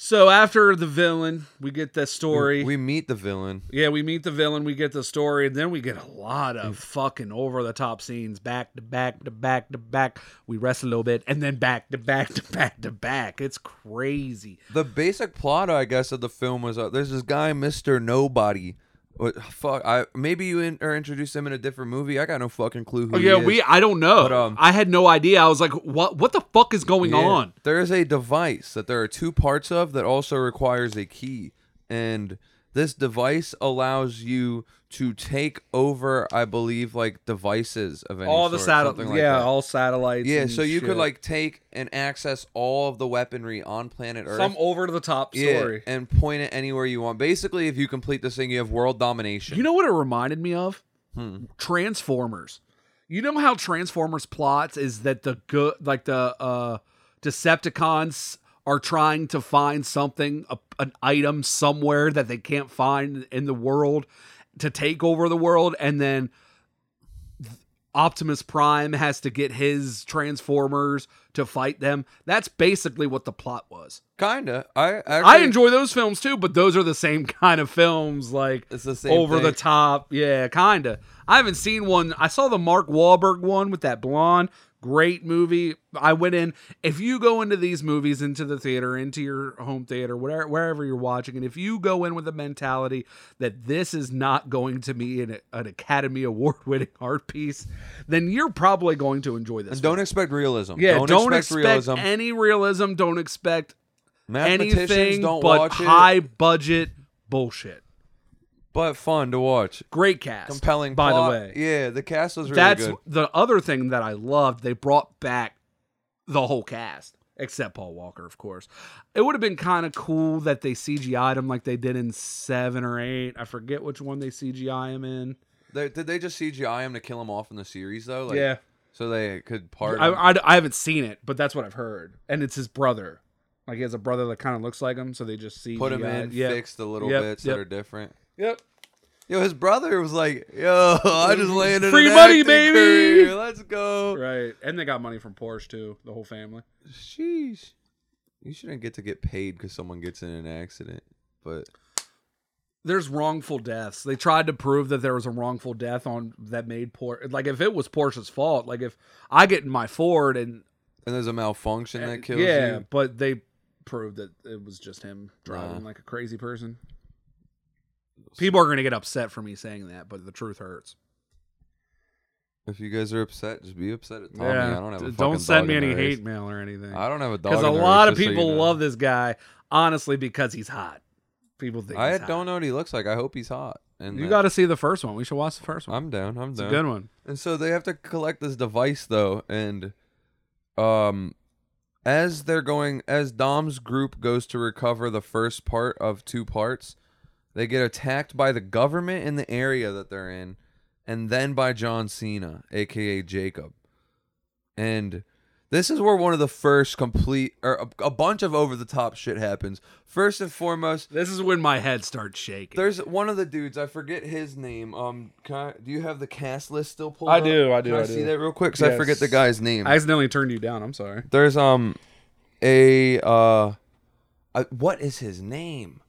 Speaker 1: So after the villain, we get the story.
Speaker 2: We meet the villain.
Speaker 1: Yeah, we meet the villain, we get the story, and then we get a lot of
Speaker 2: Mm.
Speaker 1: fucking over the top scenes back to back to back to back. We rest a little bit, and then back to back to back to back. It's crazy.
Speaker 2: The basic plot, I guess, of the film was uh, there's this guy, Mister Nobody. What fuck? I maybe you in, or introduced him in a different movie. I got no fucking clue who.
Speaker 1: Oh,
Speaker 2: he
Speaker 1: yeah,
Speaker 2: is.
Speaker 1: we I don't know.
Speaker 2: But, um,
Speaker 1: I had no idea. I was like, what what the fuck is going
Speaker 2: Yeah.
Speaker 1: on?
Speaker 2: There is a device that there are two parts of that also requires a key. And this device allows you to take over, I believe, like devices of any
Speaker 1: All the
Speaker 2: sort,
Speaker 1: satellites.
Speaker 2: something like
Speaker 1: yeah,
Speaker 2: that.
Speaker 1: all satellites.
Speaker 2: yeah,
Speaker 1: and
Speaker 2: so you
Speaker 1: shit.
Speaker 2: could like take and access all of the weaponry on planet Earth.
Speaker 1: some over the top
Speaker 2: yeah,
Speaker 1: story.
Speaker 2: and point it anywhere you want. Basically, if you complete this thing, you have world domination.
Speaker 1: You know what it reminded me of?
Speaker 2: Hmm.
Speaker 1: Transformers. You know how Transformers plots is that the good, like the uh, Decepticons are trying to find something, a, an item somewhere that they can't find in the world to take over the world, and then Optimus Prime has to get his Transformers to fight them. That's basically what the plot was.
Speaker 2: Kinda. I actually,
Speaker 1: I enjoy those films too, but those are the same [laughs] kind of films, like
Speaker 2: It's the same
Speaker 1: over the
Speaker 2: thing.
Speaker 1: top. Yeah, kinda. I haven't seen one. I saw the Mark Wahlberg one with that blonde. Great movie. I went in. If you go into these movies, into the theater, into your home theater, whatever, wherever you're watching, and if you go in with the mentality that this is not going to be an, an Academy Award winning [laughs] art piece, then you're probably going to enjoy this.
Speaker 2: Don't expect realism.
Speaker 1: yeah, don't,
Speaker 2: expect,
Speaker 1: expect
Speaker 2: realism.
Speaker 1: any realism. Don't expect
Speaker 2: Mathematicians
Speaker 1: anything
Speaker 2: don't
Speaker 1: but
Speaker 2: watch
Speaker 1: high
Speaker 2: it,
Speaker 1: budget bullshit.
Speaker 2: but fun to watch.
Speaker 1: Great cast,
Speaker 2: Compelling.
Speaker 1: by
Speaker 2: plot.
Speaker 1: the way.
Speaker 2: yeah, the cast was really
Speaker 1: That's
Speaker 2: good.
Speaker 1: the other thing that I loved. They brought back the whole cast except Paul Walker, of course. It would have been kind of cool that they CGI'd him like they did in seven or eight. I forget which one they CGI him in.
Speaker 2: They, did they just CGI him to kill him off in the series though? Like,
Speaker 1: yeah,
Speaker 2: So they could part.
Speaker 1: I,
Speaker 2: him?
Speaker 1: I, I haven't seen it, but that's what I've heard. And it's his brother. Like he has a brother that kind of looks like him, so they just CGI.
Speaker 2: put him in,
Speaker 1: Yeah.
Speaker 2: fix the little
Speaker 1: Yep,
Speaker 2: bits
Speaker 1: yep.
Speaker 2: that are different.
Speaker 1: Yep.
Speaker 2: Yo, his brother was like, "Yo, [laughs] I
Speaker 1: [laughs]
Speaker 2: just landed
Speaker 1: Free
Speaker 2: an
Speaker 1: money,
Speaker 2: acting
Speaker 1: baby!
Speaker 2: career. Let's go."
Speaker 1: Right, and they got money from Porsche too. The whole family.
Speaker 2: Sheesh. You shouldn't get to get paid because someone gets in an accident. But
Speaker 1: there's wrongful deaths. They tried to prove that there was a wrongful death on that made Porsche. Like if it was Porsche's fault, like if I get in my Ford and
Speaker 2: and there's a malfunction that kills
Speaker 1: yeah,
Speaker 2: you.
Speaker 1: but they proved that it was just him driving
Speaker 2: Nah.
Speaker 1: like a crazy person. People are gonna get upset for me saying that, but the truth hurts.
Speaker 2: If you guys are upset, just be upset at Tommy. Oh, I don't have. A
Speaker 1: d-
Speaker 2: fucking
Speaker 1: don't send
Speaker 2: dog
Speaker 1: me
Speaker 2: in
Speaker 1: any
Speaker 2: the race.
Speaker 1: hate mail or anything.
Speaker 2: I don't have a dog.
Speaker 1: Because a
Speaker 2: in the
Speaker 1: lot
Speaker 2: race,
Speaker 1: of
Speaker 2: just so you
Speaker 1: people
Speaker 2: know.
Speaker 1: love this guy, honestly, because he's hot. People think
Speaker 2: I
Speaker 1: he's hot.
Speaker 2: don't know what he looks like. I hope he's hot. And
Speaker 1: You
Speaker 2: that-
Speaker 1: got to see the first one. We should watch the first one.
Speaker 2: I'm down. I'm
Speaker 1: It's a
Speaker 2: down.
Speaker 1: good one.
Speaker 2: And so they have to collect this device though, and um as they're going as Dom's group goes to recover the first part of two parts, they get attacked by the government in the area that they're in, and then by John Cena, aka Jacob. And this is where one of the first complete or a, a bunch of over the top shit happens. First and foremost,
Speaker 1: This is when my head starts shaking.
Speaker 2: there's one of the dudes. I forget his name. Um, can I, do you have the cast list still pulled?
Speaker 1: I
Speaker 2: up?
Speaker 1: do, I do,
Speaker 2: Can I,
Speaker 1: I
Speaker 2: see
Speaker 1: do.
Speaker 2: that real quick? Cause I forget
Speaker 1: Yes.
Speaker 2: the guy's name.
Speaker 1: I accidentally turned you down. I'm sorry.
Speaker 2: there's um a uh, I, what is his name?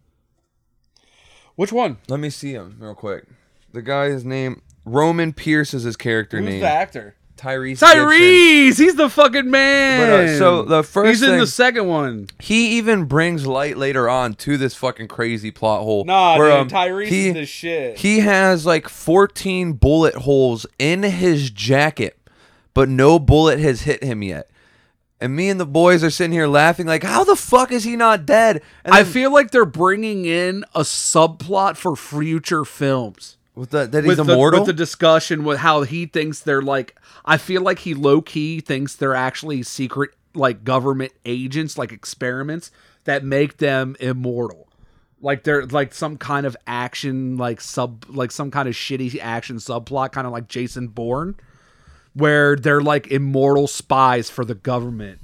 Speaker 1: Which one?
Speaker 2: Let me see him real quick. The guy's name Roman Pierce is his character name.
Speaker 1: actor?
Speaker 2: Tyrese. Gibson.
Speaker 1: Tyrese. He's the fucking man.
Speaker 2: But, uh, so the first
Speaker 1: he's in the
Speaker 2: thing-
Speaker 1: second one.
Speaker 2: He even brings light later on to this fucking crazy plot hole. um, he-
Speaker 1: shit.
Speaker 2: He has like 14 bullet holes in his jacket, but no bullet has hit him yet. And me and the boys are sitting here laughing, like, how the fuck is he not dead? And
Speaker 1: I
Speaker 2: then-
Speaker 1: feel like they're bringing in a subplot for future films.
Speaker 2: with the, that he's
Speaker 1: with the-
Speaker 2: immortal.
Speaker 1: with The, discussion with how he thinks they're like, I feel like he low key thinks they're actually secret like government agents, like experiments that make them immortal. Like they're like some kind of action, like sub, like some kind of shitty action subplot, kind of like Jason Bourne, where they're like immortal spies for the government,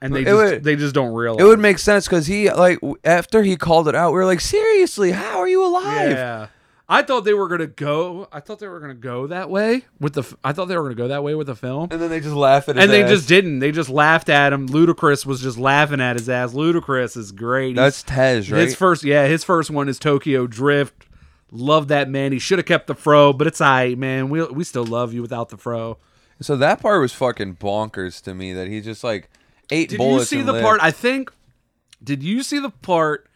Speaker 1: and they
Speaker 2: It
Speaker 1: just
Speaker 2: would-
Speaker 1: they just don't realize.
Speaker 2: it would make sense because he, like, w- after he called it out, we were like, seriously, how are you alive?
Speaker 1: Yeah. I thought they were gonna go. I thought they were gonna go that way with the. f- I thought they were gonna go that way with the film,
Speaker 2: And then they just laugh at his
Speaker 1: and they
Speaker 2: ass.
Speaker 1: just didn't. They just laughed at him. Ludacris was just laughing at his ass. Ludacris is great.
Speaker 2: That's
Speaker 1: He's-
Speaker 2: Tej, right?
Speaker 1: his first. Yeah, his first one is Tokyo Drift. Love that man. He should have kept the fro, but it's alright, man. We we still love you without the fro.
Speaker 2: so that part was fucking bonkers to me that he just, like, eight
Speaker 1: Did
Speaker 2: bullets.
Speaker 1: you see
Speaker 2: and
Speaker 1: the
Speaker 2: lived.
Speaker 1: part? I think. Did you see the part?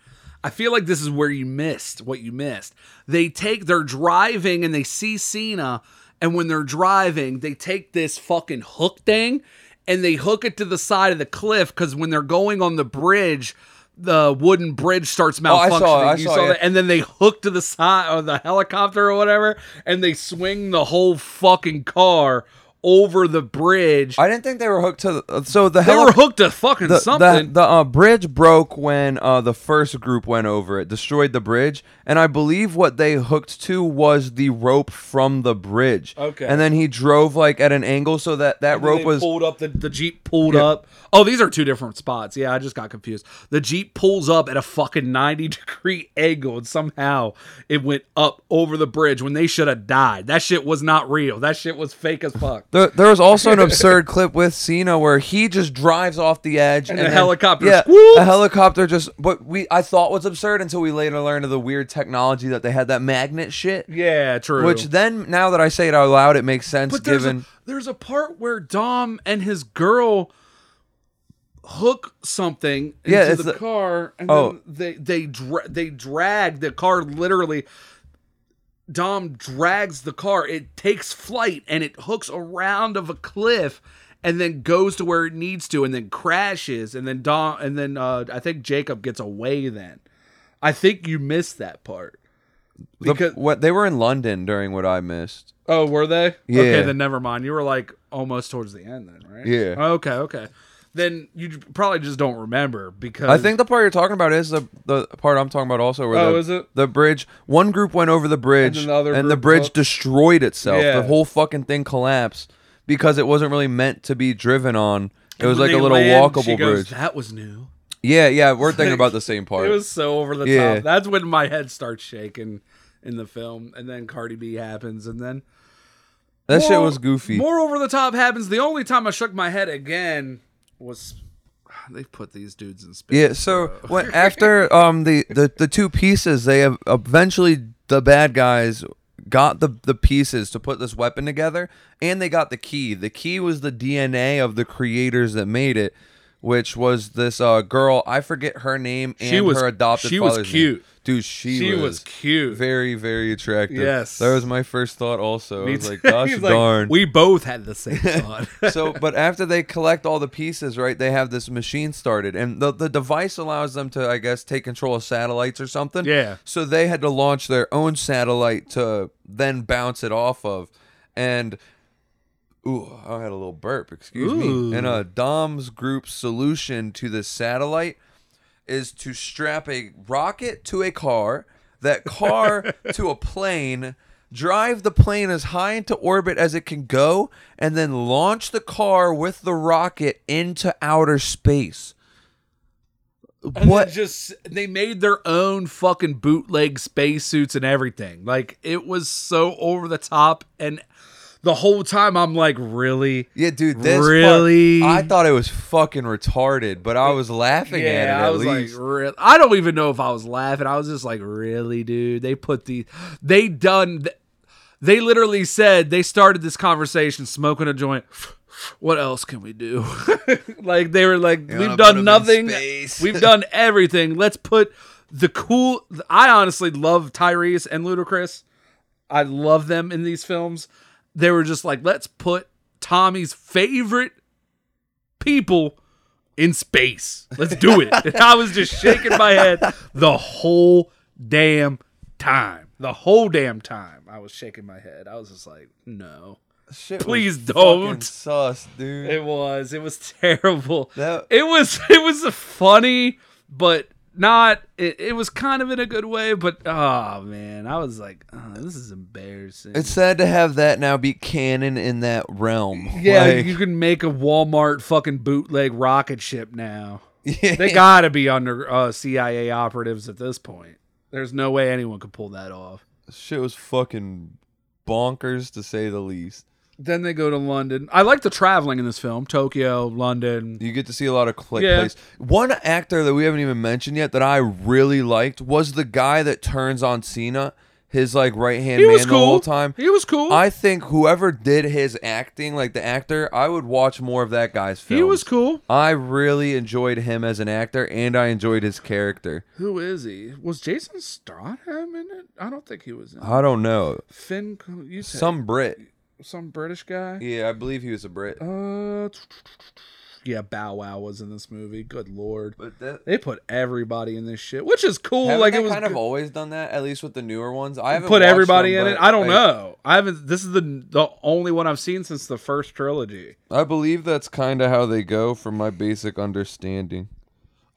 Speaker 1: I feel like this is where you missed what you missed. They take they're driving and they see Cena, and when they're driving, they take this fucking hook thing and they hook it to the side of the cliff because when they're going on the bridge. The wooden bridge starts malfunctioning.
Speaker 2: Oh, I saw it, I
Speaker 1: you
Speaker 2: saw it.
Speaker 1: that, and then they hook to the side of the helicopter or whatever, and they swing the whole fucking car over the bridge.
Speaker 2: I didn't think they were hooked to. The, uh, so the
Speaker 1: they
Speaker 2: heli-
Speaker 1: were hooked to fucking
Speaker 2: the,
Speaker 1: something.
Speaker 2: The, the uh, bridge broke when uh, the first group went over it, destroyed the bridge, and I believe what they hooked to was the rope from the bridge.
Speaker 1: Okay.
Speaker 2: And then he drove like at an angle so that that rope
Speaker 1: They
Speaker 2: was
Speaker 1: pulled up. The, the jeep pulled
Speaker 2: Yeah.
Speaker 1: up. Oh, these are two different spots. Yeah, I just got confused. The jeep pulls up at a fucking ninety [laughs] degree angle, and somehow it went up over the bridge when they should have died. That shit was not real. That shit was fake as fuck.
Speaker 2: There, there was also
Speaker 1: [laughs]
Speaker 2: an absurd clip with Cena where he just drives off the edge and,
Speaker 1: the
Speaker 2: then-
Speaker 1: helicopter
Speaker 2: Yeah,
Speaker 1: swoops.
Speaker 2: a helicopter just. But we, I thought was absurd until we later learned of the weird technology that they had that magnet shit.
Speaker 1: Yeah, true.
Speaker 2: Which then, now that I say it out loud, it makes sense.
Speaker 1: But there's
Speaker 2: given
Speaker 1: a, there's a part where Dom and his girl hook something into
Speaker 2: Yeah, it's
Speaker 1: the,
Speaker 2: the-
Speaker 1: car, and
Speaker 2: Oh.
Speaker 1: then they they dra- they drag the car literally. Dom drags the car. It takes flight and it hooks around of a cliff, and then goes to where it needs to, and then crashes. And then Dom and then uh, I think Jacob gets away. Then I think you missed that part.
Speaker 2: the-
Speaker 1: because-
Speaker 2: what they were in London during what I missed.
Speaker 1: Oh, were they?
Speaker 2: Yeah.
Speaker 1: Okay, then never mind. You were like almost towards the end then, right? Oh,
Speaker 2: Yeah.
Speaker 1: Okay, okay. Then you j- probably just don't remember because
Speaker 2: I think the part you're talking about is the, the part I'm talking about also. Where
Speaker 1: Oh,
Speaker 2: the,
Speaker 1: is it?
Speaker 2: the bridge? One group went over the bridge,
Speaker 1: then the other
Speaker 2: and the
Speaker 1: group
Speaker 2: bridge
Speaker 1: hooked.
Speaker 2: destroyed itself.
Speaker 1: Yeah.
Speaker 2: The whole fucking thing collapsed because it wasn't really meant to be driven on. It was
Speaker 1: when
Speaker 2: like a
Speaker 1: they
Speaker 2: little
Speaker 1: land, she
Speaker 2: walkable
Speaker 1: goes,
Speaker 2: bridge.
Speaker 1: That was new.
Speaker 2: Yeah, yeah, we're thinking about the same part.
Speaker 1: [laughs] It was so over the
Speaker 2: Yeah.
Speaker 1: top. That's when my head starts shaking in the film, and then Cardi B happens, and then
Speaker 2: that shit
Speaker 1: more-
Speaker 2: was goofy.
Speaker 1: More over the top happens. The only time I shook my head again was [sighs] they put these dudes in space.
Speaker 2: yeah, so when after um the, the the two pieces, they have eventually the bad guys got the the pieces to put this weapon together, and they got the key. The key was the DNA of the creators that made it, which was this uh girl. I forget her name and
Speaker 1: She was-
Speaker 2: her adopted.
Speaker 1: she was
Speaker 2: father's name.
Speaker 1: cute.
Speaker 2: dude. She,
Speaker 1: She
Speaker 2: was,
Speaker 1: was cute.
Speaker 2: very very attractive.
Speaker 1: Yes.
Speaker 2: that was my first thought. Also, I
Speaker 1: Me
Speaker 2: was like,
Speaker 1: too. [laughs]
Speaker 2: gosh
Speaker 1: He's like,
Speaker 2: darn.
Speaker 1: we both had the
Speaker 2: [laughs]
Speaker 1: same thought.
Speaker 2: so but after they collect all the pieces right they have this machine started and the, the device allows them to i guess take control of satellites or something
Speaker 1: Yeah.
Speaker 2: so they had to launch their own satellite to then bounce it off of and ooh i had a little burp excuse
Speaker 1: Ooh.
Speaker 2: me and uh dom's group's solution to this satellite is to strap a rocket to a car,
Speaker 1: [laughs]
Speaker 2: that car to a plane, drive the plane as high into orbit as it can go, and then launch the car with the rocket into outer space.
Speaker 1: And
Speaker 2: what?
Speaker 1: then just they made their own fucking bootleg spacesuits and everything. Like it was so over the top and the whole time I'm like, really?
Speaker 2: yeah, dude, this part-
Speaker 1: Really?
Speaker 2: I thought it was fucking retarded, but I was laughing at it.
Speaker 1: Yeah,
Speaker 2: At
Speaker 1: I was
Speaker 2: least.
Speaker 1: like, really? I don't even know if I was laughing. I was just like, really, dude? They put the they done th- they literally said they started this conversation smoking a joint. What else can we do? [laughs] like they were like,
Speaker 2: wanna
Speaker 1: we've
Speaker 2: put 'em
Speaker 1: done
Speaker 2: in
Speaker 1: nothing.
Speaker 2: space." [laughs]
Speaker 1: We've done everything. Let's put the cool. I honestly love Tyrese and Ludacris. I love them in these films. They were just like, let's put Tommy's favorite people in space. Let's do [laughs] it. and I was just shaking my head the whole damn time. The whole damn time. I was shaking my head. I was just like, no.
Speaker 2: Shit was
Speaker 1: please
Speaker 2: fucking
Speaker 1: don't.
Speaker 2: Sus, dude.
Speaker 1: It was. It was [laughs] terrible.
Speaker 2: That-
Speaker 1: it was. It was funny, but not. It, it was kind of in a good way, but oh man, I was like, oh, this is embarrassing.
Speaker 2: it's sad to have that now be canon in that realm.
Speaker 1: yeah,
Speaker 2: Like-
Speaker 1: you can make a Walmart fucking bootleg rocket ship now.
Speaker 2: [laughs] yeah.
Speaker 1: They gotta be under uh, CIA operatives at this point. There's no way anyone could pull that off.
Speaker 2: shit was fucking bonkers to say the least.
Speaker 1: Then they go to London. I like the traveling in this film: Tokyo, London.
Speaker 2: You get to see a lot of click
Speaker 1: Yeah.
Speaker 2: plays. One actor that we haven't even mentioned yet that I really liked was the guy that turns on Cena, his like right hand
Speaker 1: He
Speaker 2: man
Speaker 1: was
Speaker 2: the
Speaker 1: cool.
Speaker 2: whole time.
Speaker 1: He was cool.
Speaker 2: I think whoever did his acting, like the actor, I would watch more of that guy's films.
Speaker 1: he was cool.
Speaker 2: I really enjoyed him as an actor, and I enjoyed his character.
Speaker 1: Who is he? Was Jason Statham in it? I don't think he was in it.
Speaker 2: I don't know,
Speaker 1: Finn, Co- you said some,
Speaker 2: some Brit.
Speaker 1: British guy.
Speaker 2: Yeah, I believe he was a Brit.
Speaker 1: Uh, yeah, Bow Wow was in this movie. Good lord,
Speaker 2: But that,
Speaker 1: they put everybody in this shit, which is cool.
Speaker 2: haven't
Speaker 1: like
Speaker 2: they
Speaker 1: it was
Speaker 2: kind
Speaker 1: good.
Speaker 2: of always done that, at least with the newer ones. I haven't
Speaker 1: put
Speaker 2: watched
Speaker 1: everybody
Speaker 2: them,
Speaker 1: in it.
Speaker 2: but
Speaker 1: I don't
Speaker 2: I-
Speaker 1: know. I haven't. This is the the only one I've seen since the first trilogy.
Speaker 2: I believe that's kind of how they go, from my basic understanding.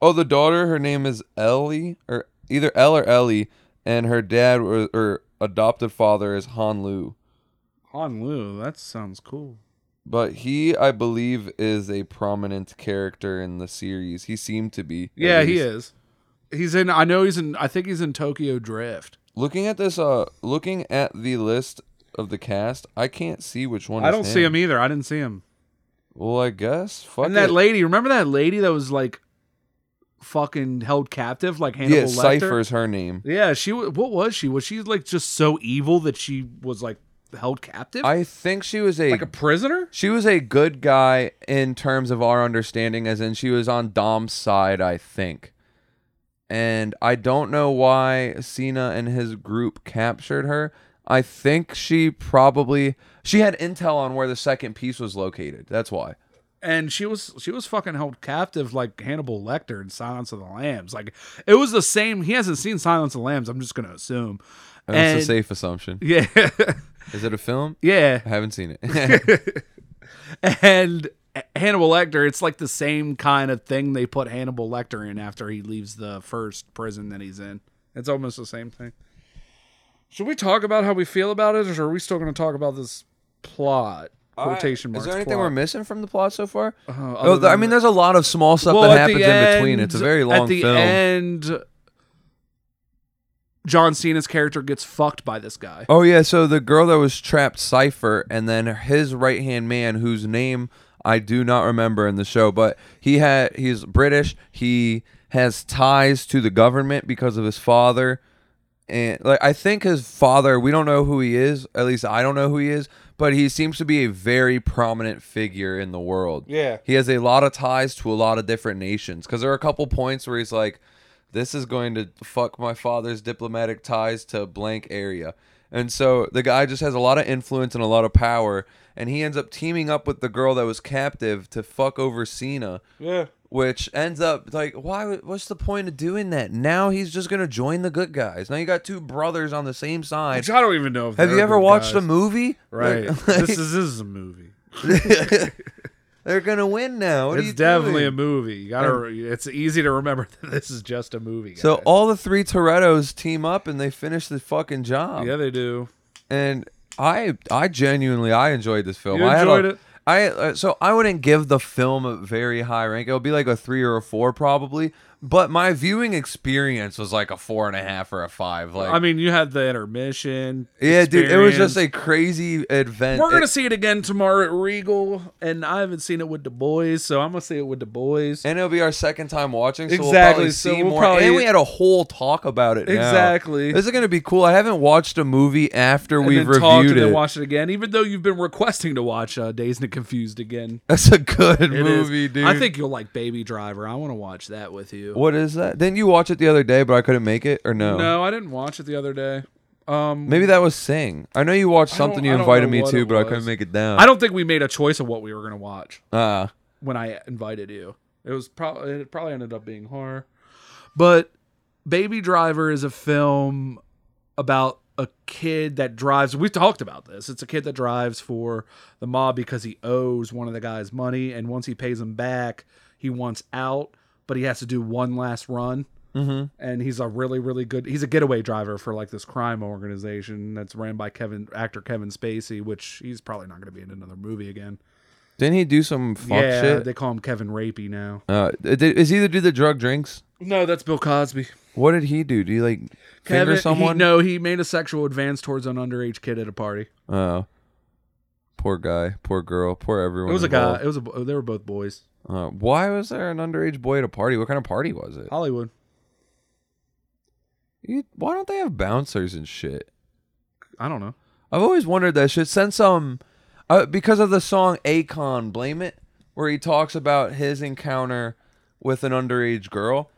Speaker 2: Oh, the daughter, her name is Ellie, or either Elle or Ellie, and her dad or, or adopted father is Han Lu.
Speaker 1: Han Lu, that sounds cool.
Speaker 2: But he, I believe, is a prominent character in the series. He seemed to be. at
Speaker 1: Yeah, he
Speaker 2: least.
Speaker 1: is. He's in. I know he's in. I think he's in Tokyo Drift.
Speaker 2: Looking at this, uh, looking at the list of the cast, I can't see which one.
Speaker 1: I
Speaker 2: is
Speaker 1: don't see him
Speaker 2: him.
Speaker 1: either. I didn't see him.
Speaker 2: Well, I guess. Fuck
Speaker 1: And that
Speaker 2: it.
Speaker 1: lady, remember that lady that was like fucking held captive, like Hannibal
Speaker 2: yeah,
Speaker 1: Lecter.
Speaker 2: Cypher's her name.
Speaker 1: Yeah, she. wa- What was she? Was she like just so evil that she was like held captive,
Speaker 2: I think she was
Speaker 1: like a prisoner?
Speaker 2: She was a good guy in terms of our understanding, as in she was on Dom's side, I think. And I don't know why Cena and his group captured her. I think she probably she had intel on where the second piece was located. That's why.
Speaker 1: and she was she was fucking held captive like Hannibal Lecter in Silence of the Lambs. Like it was the same. He hasn't seen Silence of the Lambs. I'm just gonna assume.
Speaker 2: That's a
Speaker 1: And-
Speaker 2: safe assumption.
Speaker 1: [laughs] Yeah,
Speaker 2: Is it a film?
Speaker 1: yeah.
Speaker 2: I haven't
Speaker 1: [laughs]
Speaker 2: seen [laughs] it.
Speaker 1: And Hannibal Lecter, it's like the same kind of thing they put Hannibal Lecter in after he leaves the first prison that he's in. It's almost the same thing. Should we talk about how we feel about it, or are we still going to talk about this plot? Quotation marks.
Speaker 2: Is there anything
Speaker 1: plot.
Speaker 2: we're missing from the plot so far?
Speaker 1: Uh, other
Speaker 2: Oh, th- I
Speaker 1: than-
Speaker 2: mean, there's a lot of small stuff that
Speaker 1: at the
Speaker 2: happens in between. It's a
Speaker 1: end-
Speaker 2: very long
Speaker 1: At the
Speaker 2: film.
Speaker 1: end, John Cena's character gets fucked by this guy.
Speaker 2: Oh yeah, so the girl that was trapped, Cipher, and then his right hand man, whose name I do not remember in the show, but he had he's British. He has ties to the government because of his father, and like I think his father, we don't know who he is. At least I don't know who he is, but he seems to be a very prominent figure in the world.
Speaker 1: Yeah.
Speaker 2: he has a lot of ties to a lot of different nations because there are a couple points where he's like this is going to fuck my father's diplomatic ties to blank area. And so the guy just has a lot of influence and a lot of power, and he ends up teaming up with the girl that was captive to fuck over Cena.
Speaker 1: Yeah.
Speaker 2: Which ends up like, why? would- What's the point of doing that? Now he's just gonna join the good guys. Now you got two brothers on the same side.
Speaker 1: Which I don't even know if
Speaker 2: Have
Speaker 1: they're
Speaker 2: you ever
Speaker 1: good
Speaker 2: watched a
Speaker 1: guys.
Speaker 2: movie?
Speaker 1: Right.
Speaker 2: [laughs] Like,
Speaker 1: this is this is a movie.
Speaker 2: They're gonna win now. What are you
Speaker 1: It's definitely
Speaker 2: doing?
Speaker 1: a movie. You gotta. re- it's easy to remember [laughs] that this is just a movie.
Speaker 2: So
Speaker 1: guys.
Speaker 2: all the three Torettos team up and they finish the fucking job.
Speaker 1: yeah, they do.
Speaker 2: and I I genuinely I enjoyed this film.
Speaker 1: You
Speaker 2: I had a-
Speaker 1: enjoyed it?
Speaker 2: I uh, so I wouldn't give the film a very high rank. It would be like a three or a four probably. But my viewing experience was like a four and a half or a five. Like
Speaker 1: I mean, you had the intermission.
Speaker 2: yeah, dude, it was just
Speaker 1: experience.
Speaker 2: a crazy event.
Speaker 1: We're gonna
Speaker 2: It-
Speaker 1: see it again tomorrow at Regal, and I haven't seen it with the boys, so I'm gonna see it with the boys.
Speaker 2: and it'll be our second time watching, so we'll
Speaker 1: Exactly,
Speaker 2: probably
Speaker 1: so
Speaker 2: see
Speaker 1: we'll
Speaker 2: more.
Speaker 1: probably-
Speaker 2: and we had a whole talk about it. now.
Speaker 1: Exactly.
Speaker 2: this is gonna be cool. I haven't watched a movie after
Speaker 1: and
Speaker 2: we've
Speaker 1: then talked
Speaker 2: reviewed
Speaker 1: and
Speaker 2: it.
Speaker 1: then watched it again, even though you've been requesting to watch uh, Dazed and Confused again.
Speaker 2: [laughs] That's a good
Speaker 1: It is.
Speaker 2: movie, dude.
Speaker 1: I think you'll like Baby Driver. I want to watch that with you.
Speaker 2: What is that? Didn't you watch it the other day, but I couldn't make it, or no?
Speaker 1: No, I didn't watch it the other day. Um,
Speaker 2: Maybe that was Sing. I know you watched something
Speaker 1: don't-
Speaker 2: you
Speaker 1: I don't
Speaker 2: invited
Speaker 1: know
Speaker 2: me
Speaker 1: what
Speaker 2: to,
Speaker 1: it
Speaker 2: but I
Speaker 1: was.
Speaker 2: couldn't make it down.
Speaker 1: I don't think we made a choice of what we were going to watch
Speaker 2: Ah,
Speaker 1: when I invited you. It was probably it probably ended up being horror. But Baby Driver is a film about a kid that drives. We've talked about this. It's a kid that drives for the mob because he owes one of the guys money, and once he pays him back, he wants out, but he has to do one last run.
Speaker 2: hmm
Speaker 1: and he's a really really good he's a getaway driver for like this crime organization that's ran by kevin actor kevin spacey which he's probably not going to be in another movie again
Speaker 2: didn't he do some fuck
Speaker 1: yeah
Speaker 2: shit?
Speaker 1: they call him kevin rapey now
Speaker 2: uh, did, is he the dude that drug drinks?
Speaker 1: no that's bill cosby
Speaker 2: What did he do? Do you like
Speaker 1: kevin
Speaker 2: finger someone?
Speaker 1: he, no he made a sexual advance towards an underage kid at a party
Speaker 2: Oh, poor guy, poor girl, poor everyone.
Speaker 1: it was a guy
Speaker 2: involved.
Speaker 1: it was a bo- they were both boys
Speaker 2: Uh, why was there an underage boy at a party? What kind of party was it?
Speaker 1: hollywood
Speaker 2: You, why don't they have bouncers and shit?
Speaker 1: i don't know
Speaker 2: I've always wondered that shit. Since um, uh, because of the song Akon, "Blame It," where he talks about his encounter with an underage girl,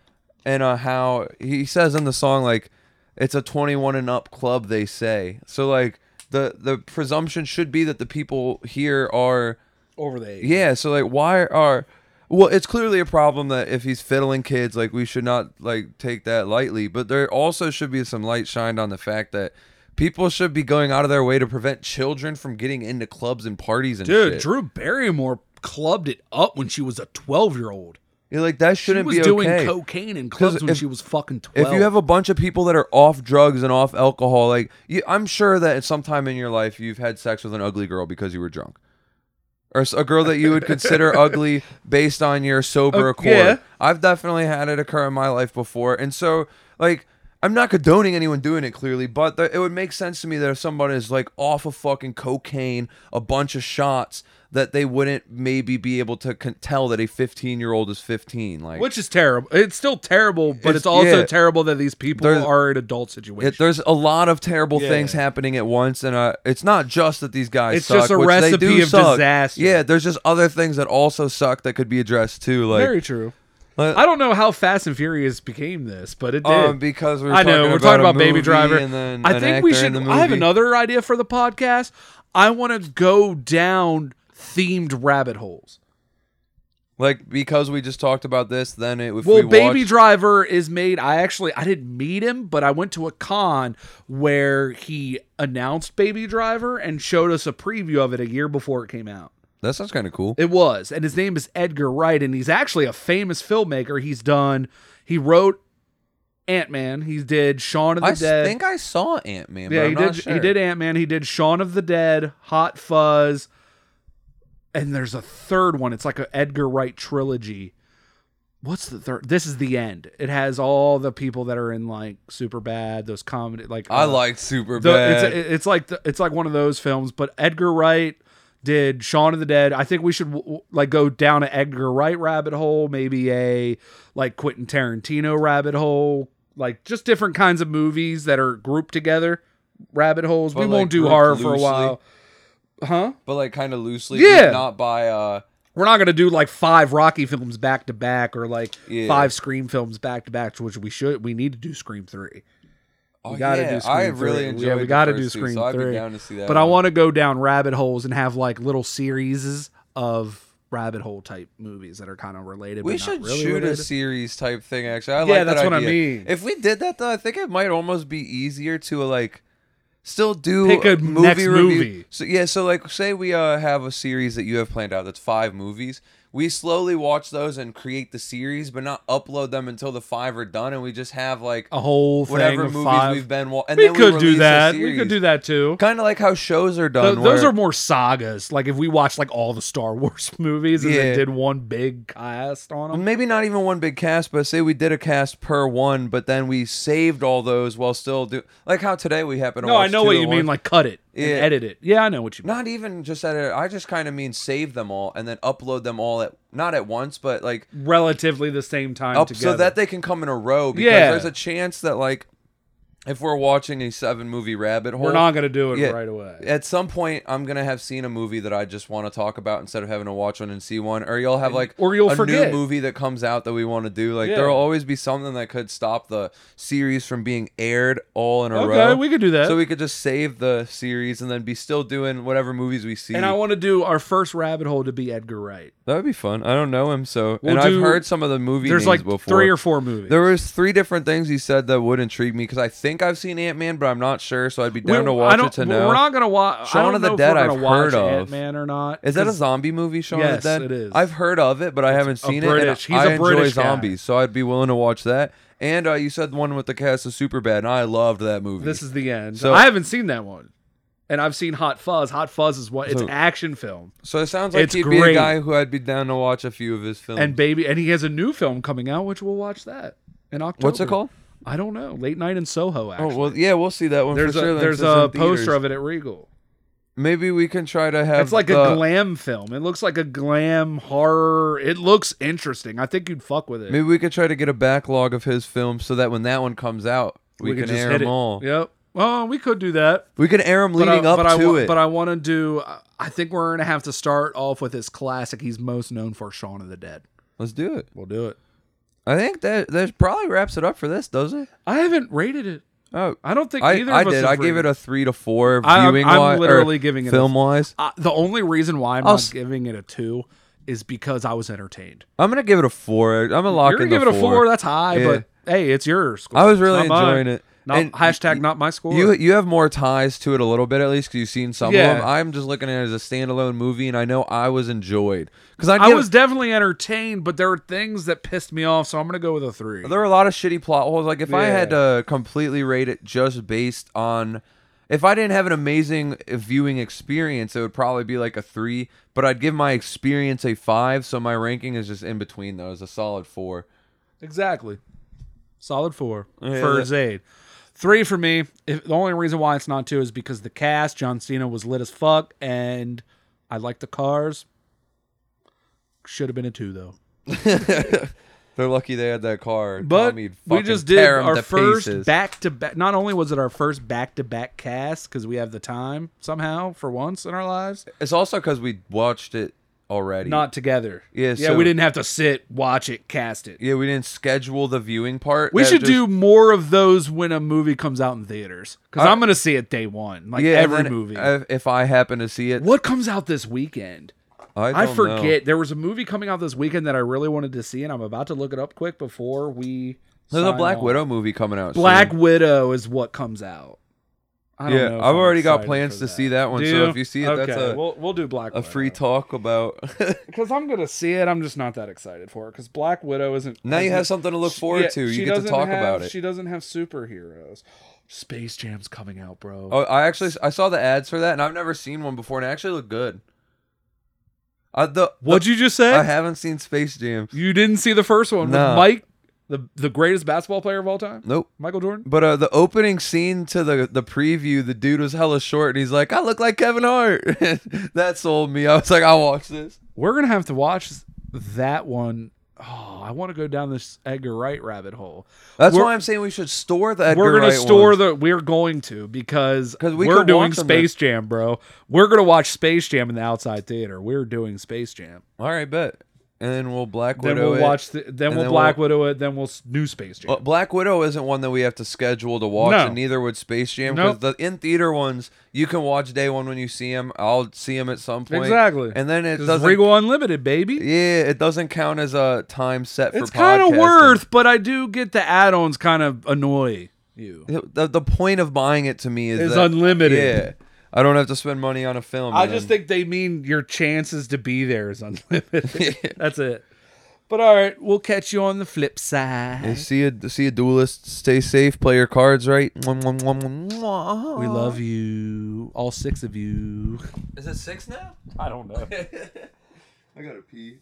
Speaker 2: and uh, how he says in the song like, "It's a 21 and up club," they say. So like the the presumption should be that the people here are
Speaker 1: over the age
Speaker 2: yeah. So like why are Well, it's clearly a problem that if he's fiddling kids, like we should not like take that lightly. But there also should be some light shined on the fact that people should be going out of their way to prevent children from getting into clubs and parties and
Speaker 1: Dude,
Speaker 2: shit.
Speaker 1: Drew Barrymore clubbed it up when she was a 12 year old.
Speaker 2: Yeah, like that
Speaker 1: She
Speaker 2: shouldn't
Speaker 1: was
Speaker 2: be
Speaker 1: doing
Speaker 2: okay.
Speaker 1: cocaine in clubs when
Speaker 2: if-
Speaker 1: she was fucking 12.
Speaker 2: if you have a bunch of people that are off drugs and off alcohol, like you, I'm sure that at some time in your life you've had sex with an ugly girl because you were drunk, or s- a girl that you would consider ugly based on your sober
Speaker 1: Okay.
Speaker 2: accord. I've definitely had it occur in my life before, and so like. I'm not condoning anyone doing it clearly, but th- it would make sense to me that if somebody is like off of fucking cocaine, a bunch of shots, that they wouldn't maybe be able to con- tell that a 15 year old is 15. Like,
Speaker 1: Which is terrible. It's still terrible, but it's,
Speaker 2: It's-
Speaker 1: also
Speaker 2: yeah.
Speaker 1: terrible that these people
Speaker 2: There's-
Speaker 1: are in adult situations.
Speaker 2: It, there's a lot of terrible
Speaker 1: Yeah.
Speaker 2: things happening at once, and uh, it's not just that these guys.
Speaker 1: It's
Speaker 2: suck,
Speaker 1: just a
Speaker 2: which they do
Speaker 1: recipe of
Speaker 2: suck.
Speaker 1: disaster.
Speaker 2: Yeah, there's just other things that also suck that could be addressed too, like
Speaker 1: Very true.
Speaker 2: But-
Speaker 1: I don't know how Fast and Furious became this, but it did.
Speaker 2: um, because we we're
Speaker 1: I know
Speaker 2: talking
Speaker 1: we're talking
Speaker 2: a
Speaker 1: about Baby
Speaker 2: movie
Speaker 1: Driver.
Speaker 2: And then
Speaker 1: I
Speaker 2: an
Speaker 1: think we
Speaker 2: actor in
Speaker 1: should.
Speaker 2: the
Speaker 1: I have
Speaker 2: movie.
Speaker 1: another idea for the podcast. I want to go down themed rabbit holes.
Speaker 2: Like because we just talked about this, then it if
Speaker 1: Well,
Speaker 2: we
Speaker 1: Baby
Speaker 2: watch,
Speaker 1: Driver is made. I actually I didn't meet him, but I went to a con where he announced Baby Driver and showed us a preview of it a year before it came out.
Speaker 2: that sounds kind of cool.
Speaker 1: It was, and his name is Edgar Wright, and he's actually a famous filmmaker. He's done. He wrote Ant Man. He did Shaun of the
Speaker 2: I s-
Speaker 1: Dead.
Speaker 2: think I saw Ant Man.
Speaker 1: yeah,
Speaker 2: i
Speaker 1: he did. He did Ant Man. He did Shaun of the Dead, Hot Fuzz, and there's a third one. It's like a Edgar Wright trilogy. What's the third? This is the end. It has all the people that are in like super bad. Those comedy like
Speaker 2: I
Speaker 1: uh,
Speaker 2: liked Super
Speaker 1: the-
Speaker 2: Bad.
Speaker 1: it's, it's like the, it's like one of those films. But Edgar Wright did Shaun of the Dead. I think we should w- w- like go down an Edgar Wright rabbit hole, maybe a like Quentin Tarantino rabbit hole, like just different kinds of movies that are grouped together. Rabbit holes.
Speaker 2: But,
Speaker 1: we
Speaker 2: like,
Speaker 1: won't do
Speaker 2: grouped
Speaker 1: horror for a
Speaker 2: loosely.
Speaker 1: while, huh?
Speaker 2: but like kind of loosely.
Speaker 1: Yeah.
Speaker 2: Not by uh.
Speaker 1: We're not gonna do like five Rocky films back to back, or like
Speaker 2: Yeah.
Speaker 1: five Scream films back to back, which we should. We need to do Scream three.
Speaker 2: Oh,
Speaker 1: gotta
Speaker 2: yeah,
Speaker 1: do Scream
Speaker 2: I
Speaker 1: three.
Speaker 2: really
Speaker 1: Yeah,
Speaker 2: enjoyed
Speaker 1: we
Speaker 2: the
Speaker 1: gotta
Speaker 2: first
Speaker 1: do
Speaker 2: two,
Speaker 1: Scream
Speaker 2: so I'd
Speaker 1: three.
Speaker 2: be down to see that.
Speaker 1: but I
Speaker 2: one.
Speaker 1: want to go down rabbit holes and have like little series of rabbit hole type movies that are kind of related.
Speaker 2: We
Speaker 1: but not
Speaker 2: should
Speaker 1: really
Speaker 2: shoot
Speaker 1: related.
Speaker 2: a series type thing. Actually,
Speaker 1: Yeah,
Speaker 2: I like
Speaker 1: that's
Speaker 2: that
Speaker 1: what I
Speaker 2: idea.
Speaker 1: mean.
Speaker 2: If we did that though, I think it might almost be easier to like still do
Speaker 1: Pick a
Speaker 2: movie
Speaker 1: next
Speaker 2: review.
Speaker 1: movie.
Speaker 2: So yeah, so like say we uh, have a series that you have planned out that's five movies. We slowly watch those and create the series, but not upload them until the five are done, and we just have like
Speaker 1: a whole
Speaker 2: whatever
Speaker 1: thing of
Speaker 2: movies
Speaker 1: five.
Speaker 2: we've been watching. And
Speaker 1: we
Speaker 2: then
Speaker 1: could
Speaker 2: we
Speaker 1: do that. We could do that too.
Speaker 2: Kind of like how shows are
Speaker 1: Th-
Speaker 2: done.
Speaker 1: those
Speaker 2: where-
Speaker 1: are more sagas. Like if we watched like all the Star [laughs] Wars movies and then
Speaker 2: Yeah.
Speaker 1: did one big cast on them.
Speaker 2: Um, maybe not even one big cast, but say we did a cast per one, but then we saved all those while still do like how today we happen to
Speaker 1: No, I
Speaker 2: watch
Speaker 1: know
Speaker 2: two
Speaker 1: what
Speaker 2: at
Speaker 1: you mean.
Speaker 2: once.
Speaker 1: Like cut it and
Speaker 2: Yeah.
Speaker 1: edit it. Yeah, I know what you mean.
Speaker 2: not even just edit. it, I just kind of mean save them all and then upload them all at not at once, but like
Speaker 1: Relatively the same time
Speaker 2: up
Speaker 1: together.
Speaker 2: Oh, so that they can come in a row because
Speaker 1: Yeah.
Speaker 2: there's a chance that like if we're watching a seven movie rabbit hole
Speaker 1: we're not gonna do it
Speaker 2: Yeah.
Speaker 1: right away.
Speaker 2: at some point I'm gonna have seen a movie that I just want to talk about instead of having to watch one and see one, or you'll have like
Speaker 1: Or you'll
Speaker 2: a
Speaker 1: forget.
Speaker 2: new movie that comes out that we want to do. Like
Speaker 1: Yeah.
Speaker 2: there'll always be something that could stop the series from being aired all in a
Speaker 1: Okay,
Speaker 2: row.
Speaker 1: we could do that.
Speaker 2: so we could just save the series and then be still doing whatever movies we see.
Speaker 1: and I want to do our first rabbit hole to be Edgar Wright.
Speaker 2: that would be fun. I don't know him, so
Speaker 1: We'll
Speaker 2: and
Speaker 1: do-
Speaker 2: I've heard some of the movie
Speaker 1: There's like
Speaker 2: names before.
Speaker 1: three or four movies.
Speaker 2: there was three different things he said that would intrigue me because I think I've seen Ant Man, but I'm not sure, so I'd be down
Speaker 1: We-
Speaker 2: to
Speaker 1: I
Speaker 2: watch
Speaker 1: don't,
Speaker 2: it to
Speaker 1: we're
Speaker 2: know.
Speaker 1: We're not gonna watch.
Speaker 2: Shaun
Speaker 1: I don't
Speaker 2: of the
Speaker 1: know
Speaker 2: Dead
Speaker 1: If we're
Speaker 2: I've
Speaker 1: gonna watch
Speaker 2: heard of.
Speaker 1: Ant-Man or not?
Speaker 2: Is that a
Speaker 1: 'cause
Speaker 2: zombie movie, Shaun
Speaker 1: Yes,
Speaker 2: of the Dead?
Speaker 1: it is.
Speaker 2: I've heard of it, but I haven't
Speaker 1: a
Speaker 2: seen it.
Speaker 1: British-
Speaker 2: and
Speaker 1: he's a
Speaker 2: I enjoy
Speaker 1: British guy.
Speaker 2: zombies, so I'd be willing to watch that. And uh, you said the one with the cast of Superbad, and I loved that movie.
Speaker 1: this is the end?
Speaker 2: So-
Speaker 1: I haven't seen that one, and I've seen Hot Fuzz. Hot Fuzz is what it's
Speaker 2: So-
Speaker 1: an action film,
Speaker 2: so it sounds like
Speaker 1: it's
Speaker 2: he'd be
Speaker 1: great.
Speaker 2: a guy who I'd be down to watch a few of his films.
Speaker 1: and baby, and he has a new film coming out, which we'll watch that in October.
Speaker 2: what's it called?
Speaker 1: I don't know. Late Night in Soho. Actually,
Speaker 2: Oh well, yeah, we'll see that one.
Speaker 1: there's
Speaker 2: for
Speaker 1: a
Speaker 2: sure,
Speaker 1: there's a poster of it at Regal.
Speaker 2: Maybe we can try to have. uh,
Speaker 1: It's like
Speaker 2: the,
Speaker 1: a glam film. It looks like a glam horror. It looks interesting. I think you'd fuck with it.
Speaker 2: Maybe we could try to get a backlog of his films so that when that one comes out, we,
Speaker 1: could
Speaker 2: can air
Speaker 1: hit
Speaker 2: them
Speaker 1: it.
Speaker 2: all.
Speaker 1: Yep. Oh, we could do that.
Speaker 2: We can air them
Speaker 1: But I-
Speaker 2: leading
Speaker 1: but
Speaker 2: up
Speaker 1: I,
Speaker 2: to
Speaker 1: wa-
Speaker 2: it.
Speaker 1: But I want to do. I think we're gonna have to start off with his classic. He's most known for Shaun of the Dead.
Speaker 2: Let's do it.
Speaker 1: We'll do it.
Speaker 2: I think that that probably wraps it up for this, does it?
Speaker 1: I haven't rated it.
Speaker 2: Oh,
Speaker 1: I don't think
Speaker 2: I,
Speaker 1: either
Speaker 2: I
Speaker 1: of us.
Speaker 2: did.
Speaker 1: have
Speaker 2: I gave it
Speaker 1: rated
Speaker 2: a three to four
Speaker 1: I- I'm-
Speaker 2: viewing
Speaker 1: I'm
Speaker 2: wise,
Speaker 1: literally giving it a-
Speaker 2: film wise.
Speaker 1: Uh, the only reason why I'm
Speaker 2: I'll
Speaker 1: not
Speaker 2: s-
Speaker 1: giving it a two is because I was entertained.
Speaker 2: I'm gonna give it a four. I'm gonna lock
Speaker 1: You're
Speaker 2: in
Speaker 1: gonna give
Speaker 2: the
Speaker 1: it a four. That's high,
Speaker 2: Yeah.
Speaker 1: but hey, it's your score.
Speaker 2: I was
Speaker 1: It's
Speaker 2: really
Speaker 1: not mine.
Speaker 2: enjoying it.
Speaker 1: Not,
Speaker 2: And
Speaker 1: hashtag
Speaker 2: y-
Speaker 1: not my score.
Speaker 2: You you have more ties to it a little bit at least because you've seen some
Speaker 1: Yeah.
Speaker 2: of them. I'm just looking at it as a standalone movie, and I know I was enjoyed because I,
Speaker 1: I
Speaker 2: give-
Speaker 1: was definitely entertained, but there were things that pissed me off, so I'm gonna go with a three.
Speaker 2: There were a lot of shitty plot holes. Like if I had to completely rate it just based on, if I didn't have an amazing viewing experience, it would probably be like a three. But I'd give my experience a five, so my ranking is just in between those, a solid four.
Speaker 1: Exactly. Solid four
Speaker 2: Yeah,
Speaker 1: for
Speaker 2: that-
Speaker 1: Zayd. Three for me. If, the only reason why it's not two is because the cast, John Cena was lit as fuck, and I like the cars. Should have been a two though.
Speaker 2: They're lucky they had that car.
Speaker 1: But
Speaker 2: Tommy'd
Speaker 1: we
Speaker 2: fucking
Speaker 1: just did
Speaker 2: tear 'em
Speaker 1: our
Speaker 2: to
Speaker 1: first
Speaker 2: pieces.
Speaker 1: back to back. Not only was it our first back to back cast because we have the time somehow for once in our lives,
Speaker 2: It's also because we watched it already.
Speaker 1: not together.
Speaker 2: Yeah,
Speaker 1: yeah,
Speaker 2: so-
Speaker 1: we didn't have to sit, watch it, cast it.
Speaker 2: Yeah, we didn't schedule the viewing part.
Speaker 1: We
Speaker 2: That
Speaker 1: should
Speaker 2: just-
Speaker 1: do more of those when a movie comes out in theaters because
Speaker 2: I-
Speaker 1: I'm gonna see it day one, like
Speaker 2: yeah, and
Speaker 1: every
Speaker 2: then
Speaker 1: movie.
Speaker 2: If, if I happen to see it,
Speaker 1: what comes out this weekend?
Speaker 2: I,
Speaker 1: I
Speaker 2: don't know.
Speaker 1: forget. There was a movie coming out this weekend that I really wanted to see, and I'm about to look it up quick before we.
Speaker 2: There's a
Speaker 1: sign
Speaker 2: Black
Speaker 1: off.
Speaker 2: Widow movie coming out. soon.
Speaker 1: Black Widow is what comes out. I don't
Speaker 2: Yeah,
Speaker 1: know if
Speaker 2: I've
Speaker 1: I'm
Speaker 2: already got
Speaker 1: excited
Speaker 2: plans
Speaker 1: for
Speaker 2: to see that one,
Speaker 1: Do
Speaker 2: so if you see it, that's
Speaker 1: Okay,
Speaker 2: a-
Speaker 1: we'll, we'll do Black
Speaker 2: a free
Speaker 1: Widow
Speaker 2: talk about. [laughs]
Speaker 1: because I'm gonna see it. I'm just not that excited for it because Black Widow isn't.
Speaker 2: now you
Speaker 1: hasn't-
Speaker 2: have something to look forward
Speaker 1: Yeah,
Speaker 2: to. You
Speaker 1: she
Speaker 2: get to
Speaker 1: doesn't
Speaker 2: talk
Speaker 1: have-
Speaker 2: about it.
Speaker 1: She doesn't have superheroes. Space Jam's coming out, bro.
Speaker 2: Oh, I actually I saw the ads for that, and I've never seen one before, and it actually looked good. I, the,
Speaker 1: What'd you just
Speaker 2: the-
Speaker 1: say?
Speaker 2: I haven't seen Space Jam.
Speaker 1: you didn't see the first one
Speaker 2: No.
Speaker 1: with Mike, the the greatest basketball player of all time,
Speaker 2: Nope.
Speaker 1: Michael Jordan.
Speaker 2: But uh, the opening scene to the the preview, the dude was hella short, and he's like, "I look like Kevin Hart." [laughs] that sold me. I was like, "I'll watch this."
Speaker 1: We're gonna have to watch that one. Oh, I want to go down this Edgar Wright rabbit hole.
Speaker 2: That's
Speaker 1: We're-
Speaker 2: why I'm saying we should store the Edgar
Speaker 1: we're gonna
Speaker 2: Wright
Speaker 1: store
Speaker 2: ones.
Speaker 1: the. We're going to because
Speaker 2: 'Cause we
Speaker 1: we are
Speaker 2: could
Speaker 1: doing
Speaker 2: watch 'em
Speaker 1: Space Jam, bro. We're gonna watch Space Jam in the outside theater. We're doing Space Jam.
Speaker 2: All right, bet. And then we'll Black
Speaker 1: Then
Speaker 2: Widow.
Speaker 1: we'll
Speaker 2: it.
Speaker 1: watch. The, then we'll
Speaker 2: then
Speaker 1: Black Widow it. Then we'll s- new Space Jam.
Speaker 2: Well, Black Widow isn't one that we have to schedule to watch,
Speaker 1: No.
Speaker 2: and neither would Space Jam. Because the in theater ones, you can watch day one when you see them. I'll see them at some point.
Speaker 1: Exactly.
Speaker 2: And then it
Speaker 1: 'Cause
Speaker 2: doesn't.
Speaker 1: Regal Unlimited, baby.
Speaker 2: yeah, it doesn't count as a time set for.
Speaker 1: it's kind of
Speaker 2: podcasting.
Speaker 1: worth, but I do get the add-ons kind of annoy you.
Speaker 2: The, the point of buying it to me is
Speaker 1: It's
Speaker 2: that-
Speaker 1: unlimited.
Speaker 2: Yeah, I don't have to spend money on a film.
Speaker 1: I
Speaker 2: and
Speaker 1: just
Speaker 2: then-
Speaker 1: think they mean your chances to be there is [laughs] unlimited.
Speaker 2: [laughs]
Speaker 1: That's it. But all right, we'll catch you on the flip
Speaker 2: Hey,
Speaker 1: side.
Speaker 2: see a see a duelist. Stay safe. Play your cards right. Mwah, mwah, mwah, mwah, mwah.
Speaker 1: We love you, all six of you.
Speaker 2: Is it six now?
Speaker 1: I don't know.
Speaker 2: I gotta pee.